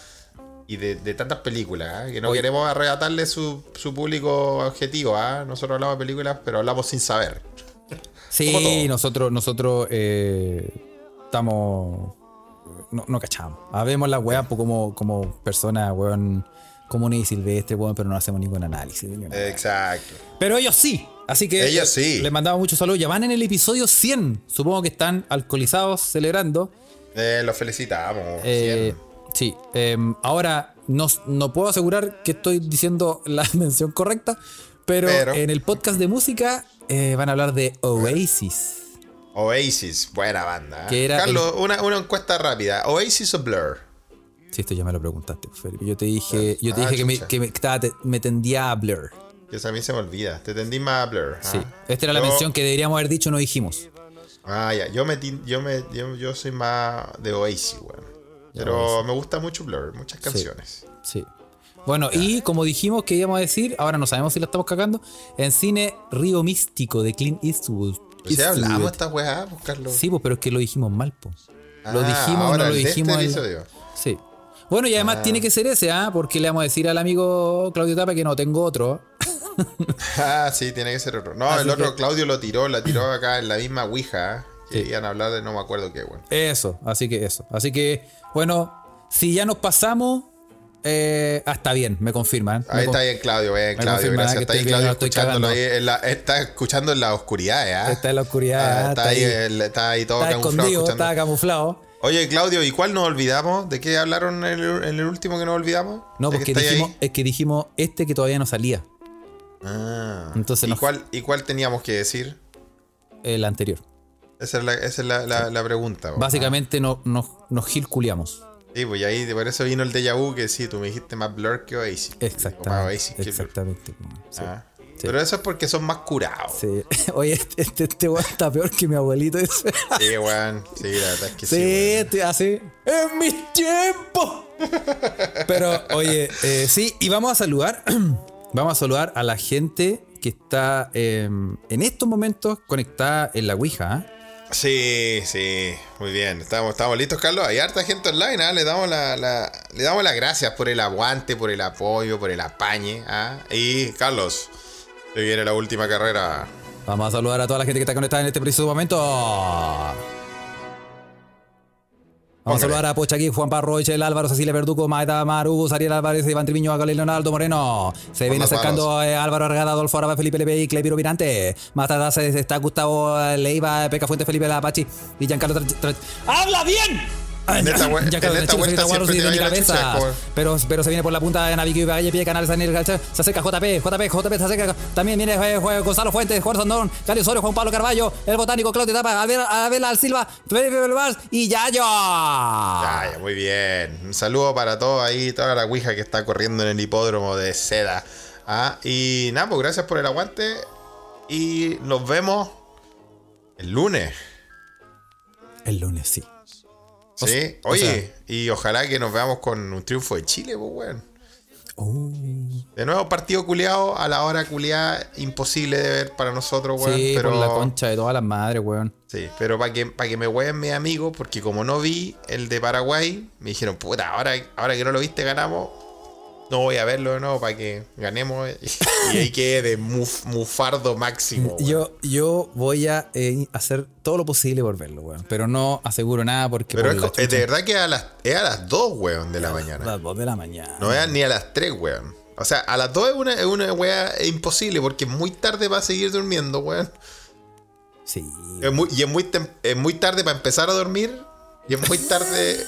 y de, de tantas películas, ¿ah? Que no queremos arrebatarle su, su público objetivo, ¿ah? Nosotros hablamos de películas, pero hablamos sin saber. Como todo.
Sí, nosotros, nosotros eh, estamos. No, no cachamos. Habemos la weá po, como, como personas, weón, comunes y silvestres, weón, pero no hacemos ningún análisis. ni una weá.
Exacto.
Pero ellos sí. Así que
Ellos sí.
les mandamos mucho saludo. Ya van en el episodio 100. Supongo que están alcoholizados celebrando.
Eh, los felicitamos.
Eh,
bien.
sí. eh, ahora, no, no puedo asegurar que estoy diciendo [laughs] la mención correcta, pero,
Pero-
en el podcast de música eh, van a hablar de Oasis.
Oasis, buena banda. ¿eh?
Que era
Carlos, una, una encuesta rápida. ¿Oasis o Blur?
Sí, esto ya me lo preguntaste, Felipe. Yo te dije, yo te
Ah,
dije que, me,
chucha.
que me- estaba- te- me tendía a Blur.
Yo a mí se me olvida. Te tendí más a Blur. ah.
Sí. Esta era la
Yo-
mención que deberíamos haber dicho, no dijimos.
Ah, ya. Yo, me, tin- yo, me, yo, yo soy más de Oasis, weón. Pero me gusta mucho Blur, muchas canciones.
Sí. Bueno, y como dijimos que íbamos a decir, ahora no sabemos si la estamos cagando, en cine Río Místico de Clint Eastwood.
O sea, Pues hablamos de
Eastwood.
estas weas, pues, Carlos.
Sí, pues, pero es que lo dijimos mal, po. Lo
Ah,
dijimos,
ahora
no lo
el de
dijimos.
Este
al-
episodio. [laughs]
Sí. Bueno, y además tiene que ser ese, ¿ah? Porque le vamos a decir al amigo Claudio Tapa que no tengo otro.
Ah, sí, tiene que ser otro. No,
Así
el otro
que-
Claudio lo tiró, la tiró acá en la misma Ouija. ¿eh? Que
Sí.
iban a hablar de no me acuerdo qué, weón.
Eso, así que eso. Así que, bueno, si ya nos pasamos, eh, hasta bien, me confirman.
Ahí
Me con-
está bien, Claudio, bien,
me
Claudio.
confirma
Gracias,
que
está
estoy
ahí,
bien,
Claudio,
no estoy
escuchándolo ahí.
cagando.
en la- está escuchando en la oscuridad, ¿eh? ah.
Está en la oscuridad,
Ah, está,
está
ahí,
ahí.
el- está ahí todo
Está
camuflado
escondido,
escuchando.
está camuflado.
Oye, Claudio, ¿y cuál nos olvidamos? ¿De qué hablaron en el, en el último que nos olvidamos?
No,
¿De
porque
que está ahí?
dijimos, es que dijimos este que todavía no salía,
Ah.
Entonces
¿Y,
nos-
cuál, ¿Y cuál teníamos que decir?
el anterior.
Oh, Esa es la, esa es la, la- la pregunta. po.
Básicamente no, no- nos gilculeamos.
Sí, pues y ahí de- por eso vino el déjà vu que sí, tú me dijiste más Blur que Oasis. O más Oasis
Exactamente.
que Blur.
Exactamente. Sí.
Ah. Pero eso es porque son más curados.
[laughs]
Sí,
Sí. Oye, este, este, este weón está peor que mi abuelito. dice.
weón. Sí, la verdad es que sí.
Sí,
weón.
te- así. ¡En mis tiempos! Pero, oye, eh, sí, y vamos a saludar. [clears throat] Vamos a saludar a la gente que está eh, en estos momentos conectada en la Ouija. ¿ah?
Sí, sí, muy bien. Estamos, estamos listos, Carlos. Hay harta gente online, ¿ah? Le damos la, la- le damos las gracias por el aguante, por el apoyo, por el apañe, ¿ah? Y Carlos, se viene la última carrera.
Vamos a saludar a toda la gente que está conectada en este preciso momento. Vamos a saludar a Pochaquí, Juan Parro, Echel Álvaro, Cecilia Verdugo, Maeda Marus, Ariel Álvarez, Iván Triviño, Gabriel Leonardo Moreno. Se viene
las
acercando eh, Álvaro Argada, Adolfo Araba, Felipe Lepey, Cleviro Virante. Más atrás eh, está Gustavo eh, Leiva, Peca Fuentes, Felipe Lapachi y Giancarlo Tra- Tra-
¡Habla bien!
neta, güey,
Ya claro,
en esta
Chile se grita
vuelta
guarros
siempre
y
te
de
va a
mi
ir a chucha,
cabeza.
joder.
Pero, pero se viene por la punta de Navigo y Valle, pie canal, San Irgal, se se acerca JP, JP, JP se acerca. También viene eh, Juan- Gonzalo Fuentes, Jorge Sandón, Cali Osorio, Juan Pablo Carballo, el botánico Claudio Tapa, Abel, Abel Al Silva, Felipe Belvars y Yayo.
Ay, muy bien. Un saludo para todos ahí, toda la ouija que está corriendo en el hipódromo de seda. Ah, y nada, pues gracias por el aguante. Y nos vemos el lunes.
El lunes, sí.
Sí,
o
oye, y ojalá que nos veamos con un triunfo de Chile, pues, weón.
Oh.
De nuevo, partido culeado a la hora culeada, imposible de ver para nosotros, weón.
sí,
pero
por la concha de todas las madres, weón.
Sí, pero para que, pa' que me hueven mis amigos, porque como no vi el de Paraguay, me dijeron, puta, ahora, ahora que no lo viste, ganamos. No voy a verlo de nuevo para que ganemos. [laughs] Y ahí quede de muf- mufardo máximo. Oh, weón.
Yo, yo voy a eh, hacer todo lo posible por verlo, weón. Pero no aseguro nada porque.
pero
por
es,
la
co- es de
chucha,
verdad que a las, es a las 2, weón, de la mañana.
Las dos de la mañana.
No es ni a las 3, weón. O sea, a las 2 es una, es una weá imposible porque es muy tarde para seguir durmiendo, weón.
Sí.
Es muy, y es muy, tem- es muy tarde para empezar a dormir. Y es muy tarde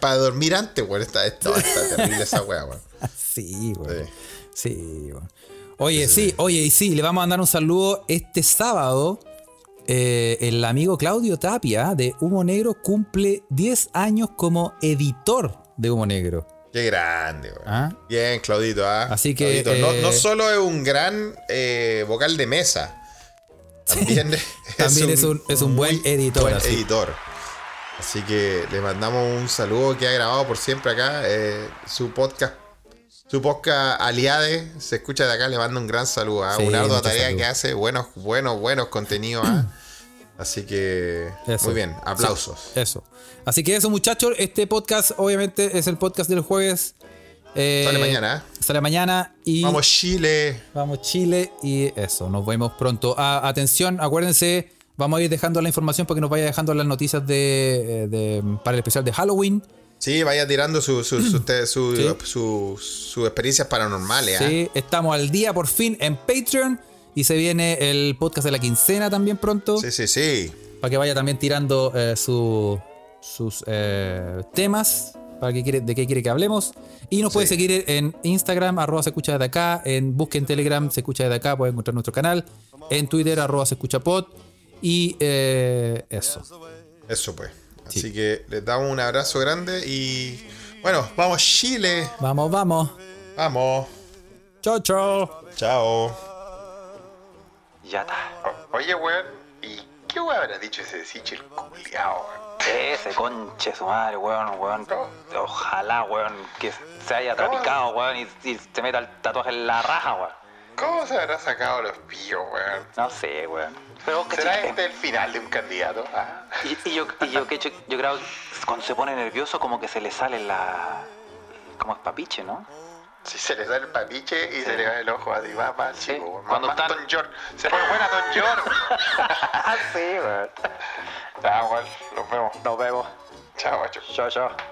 para dormir antes, weón. Está, está, está terrible esa weá, weón.
[laughs] Sí, güey.
Sí.
Sí, güey. Oye, sí, oye, y sí, le vamos a mandar un saludo este sábado. Eh, el amigo Claudio Tapia de Humo Negro cumple 10 años como editor de Humo Negro.
Qué grande, weón.
¿Ah?
Bien, Claudito, ¿ah?
Así que,
Claudito, no-
eh,
no, solo es un gran eh, vocal de mesa. También, es,
[laughs] También es un- es un buen
muy
editor,
buen
así.
editor. Así que le mandamos un saludo que ha grabado por siempre acá. eh, su podcast, su podcast Aliade, se escucha de acá. Le mando un gran saludo. ¿ah?
Sí,
Una ardua
mucho
tarea
saludo.
que hace. Buenos, buenos, buenos
[clears throat]
contenidos. ¿ah? Así que,
Eso.
muy bien. Aplausos.
Sí, eso. Así que eso, muchachos. Este podcast, obviamente, es el podcast del jueves. Eh,
Sale mañana, ¿eh?
Sale mañana y.
Vamos, Chile.
Vamos Chile y eso, nos vemos pronto. Ah, atención, acuérdense, vamos a ir dejando la información para que nos vaya dejando las noticias de, eh, de- para el especial de Halloween.
Sí, vaya tirando sus su,
[clears throat]
su, usted- su-
Sí.
su- sus experiencias paranormales. ¿ah?
Sí, estamos al día por fin en Patreon y se viene el podcast de la quincena también pronto
Sí, sí, sí.
para que vaya también tirando eh, su- sus eh, temas. Para que quiere, de qué quiere que hablemos. Y nos puede
Sí.
seguir en Instagram, arroba se escucha desde acá. En busquen Telegram, se escucha desde acá. Puede encontrar nuestro canal. En Twitter, arroba se escucha pod. Y eh, eso.
Eso pues.
Sí.
Así que les damos un abrazo grande y bueno, vamos Chile.
Vamos, vamos.
Vamos.
Chao, chao.
Chao.
Ya está.
Oye, weón, ¿y qué weón habrá dicho ese Sichel culiao, weón?
Ese conche su madre, weón, weón. Ojalá, weón, que se haya trapicado, weón, y, y se meta el tatuaje en la raja, weón.
¿Cómo se habrá sacado los pillos, weón?
No sé, weón. Pero que
¿Será este el final de un candidato? ah?
Y, y yo, y yo, que yo, yo creo que cuando se pone nervioso como que se le sale la... Como es papiche, ¿no?
Si se le da el papiche y se le va el ojo así, va más
Sí,
chico, weón.
cuando
Más
están-
Don George. Se pone buena Don George.
Ah, sí, weón.
Ya, weón, nos vemos.
Nos vemos.
Chao, macho.
Chao, chao.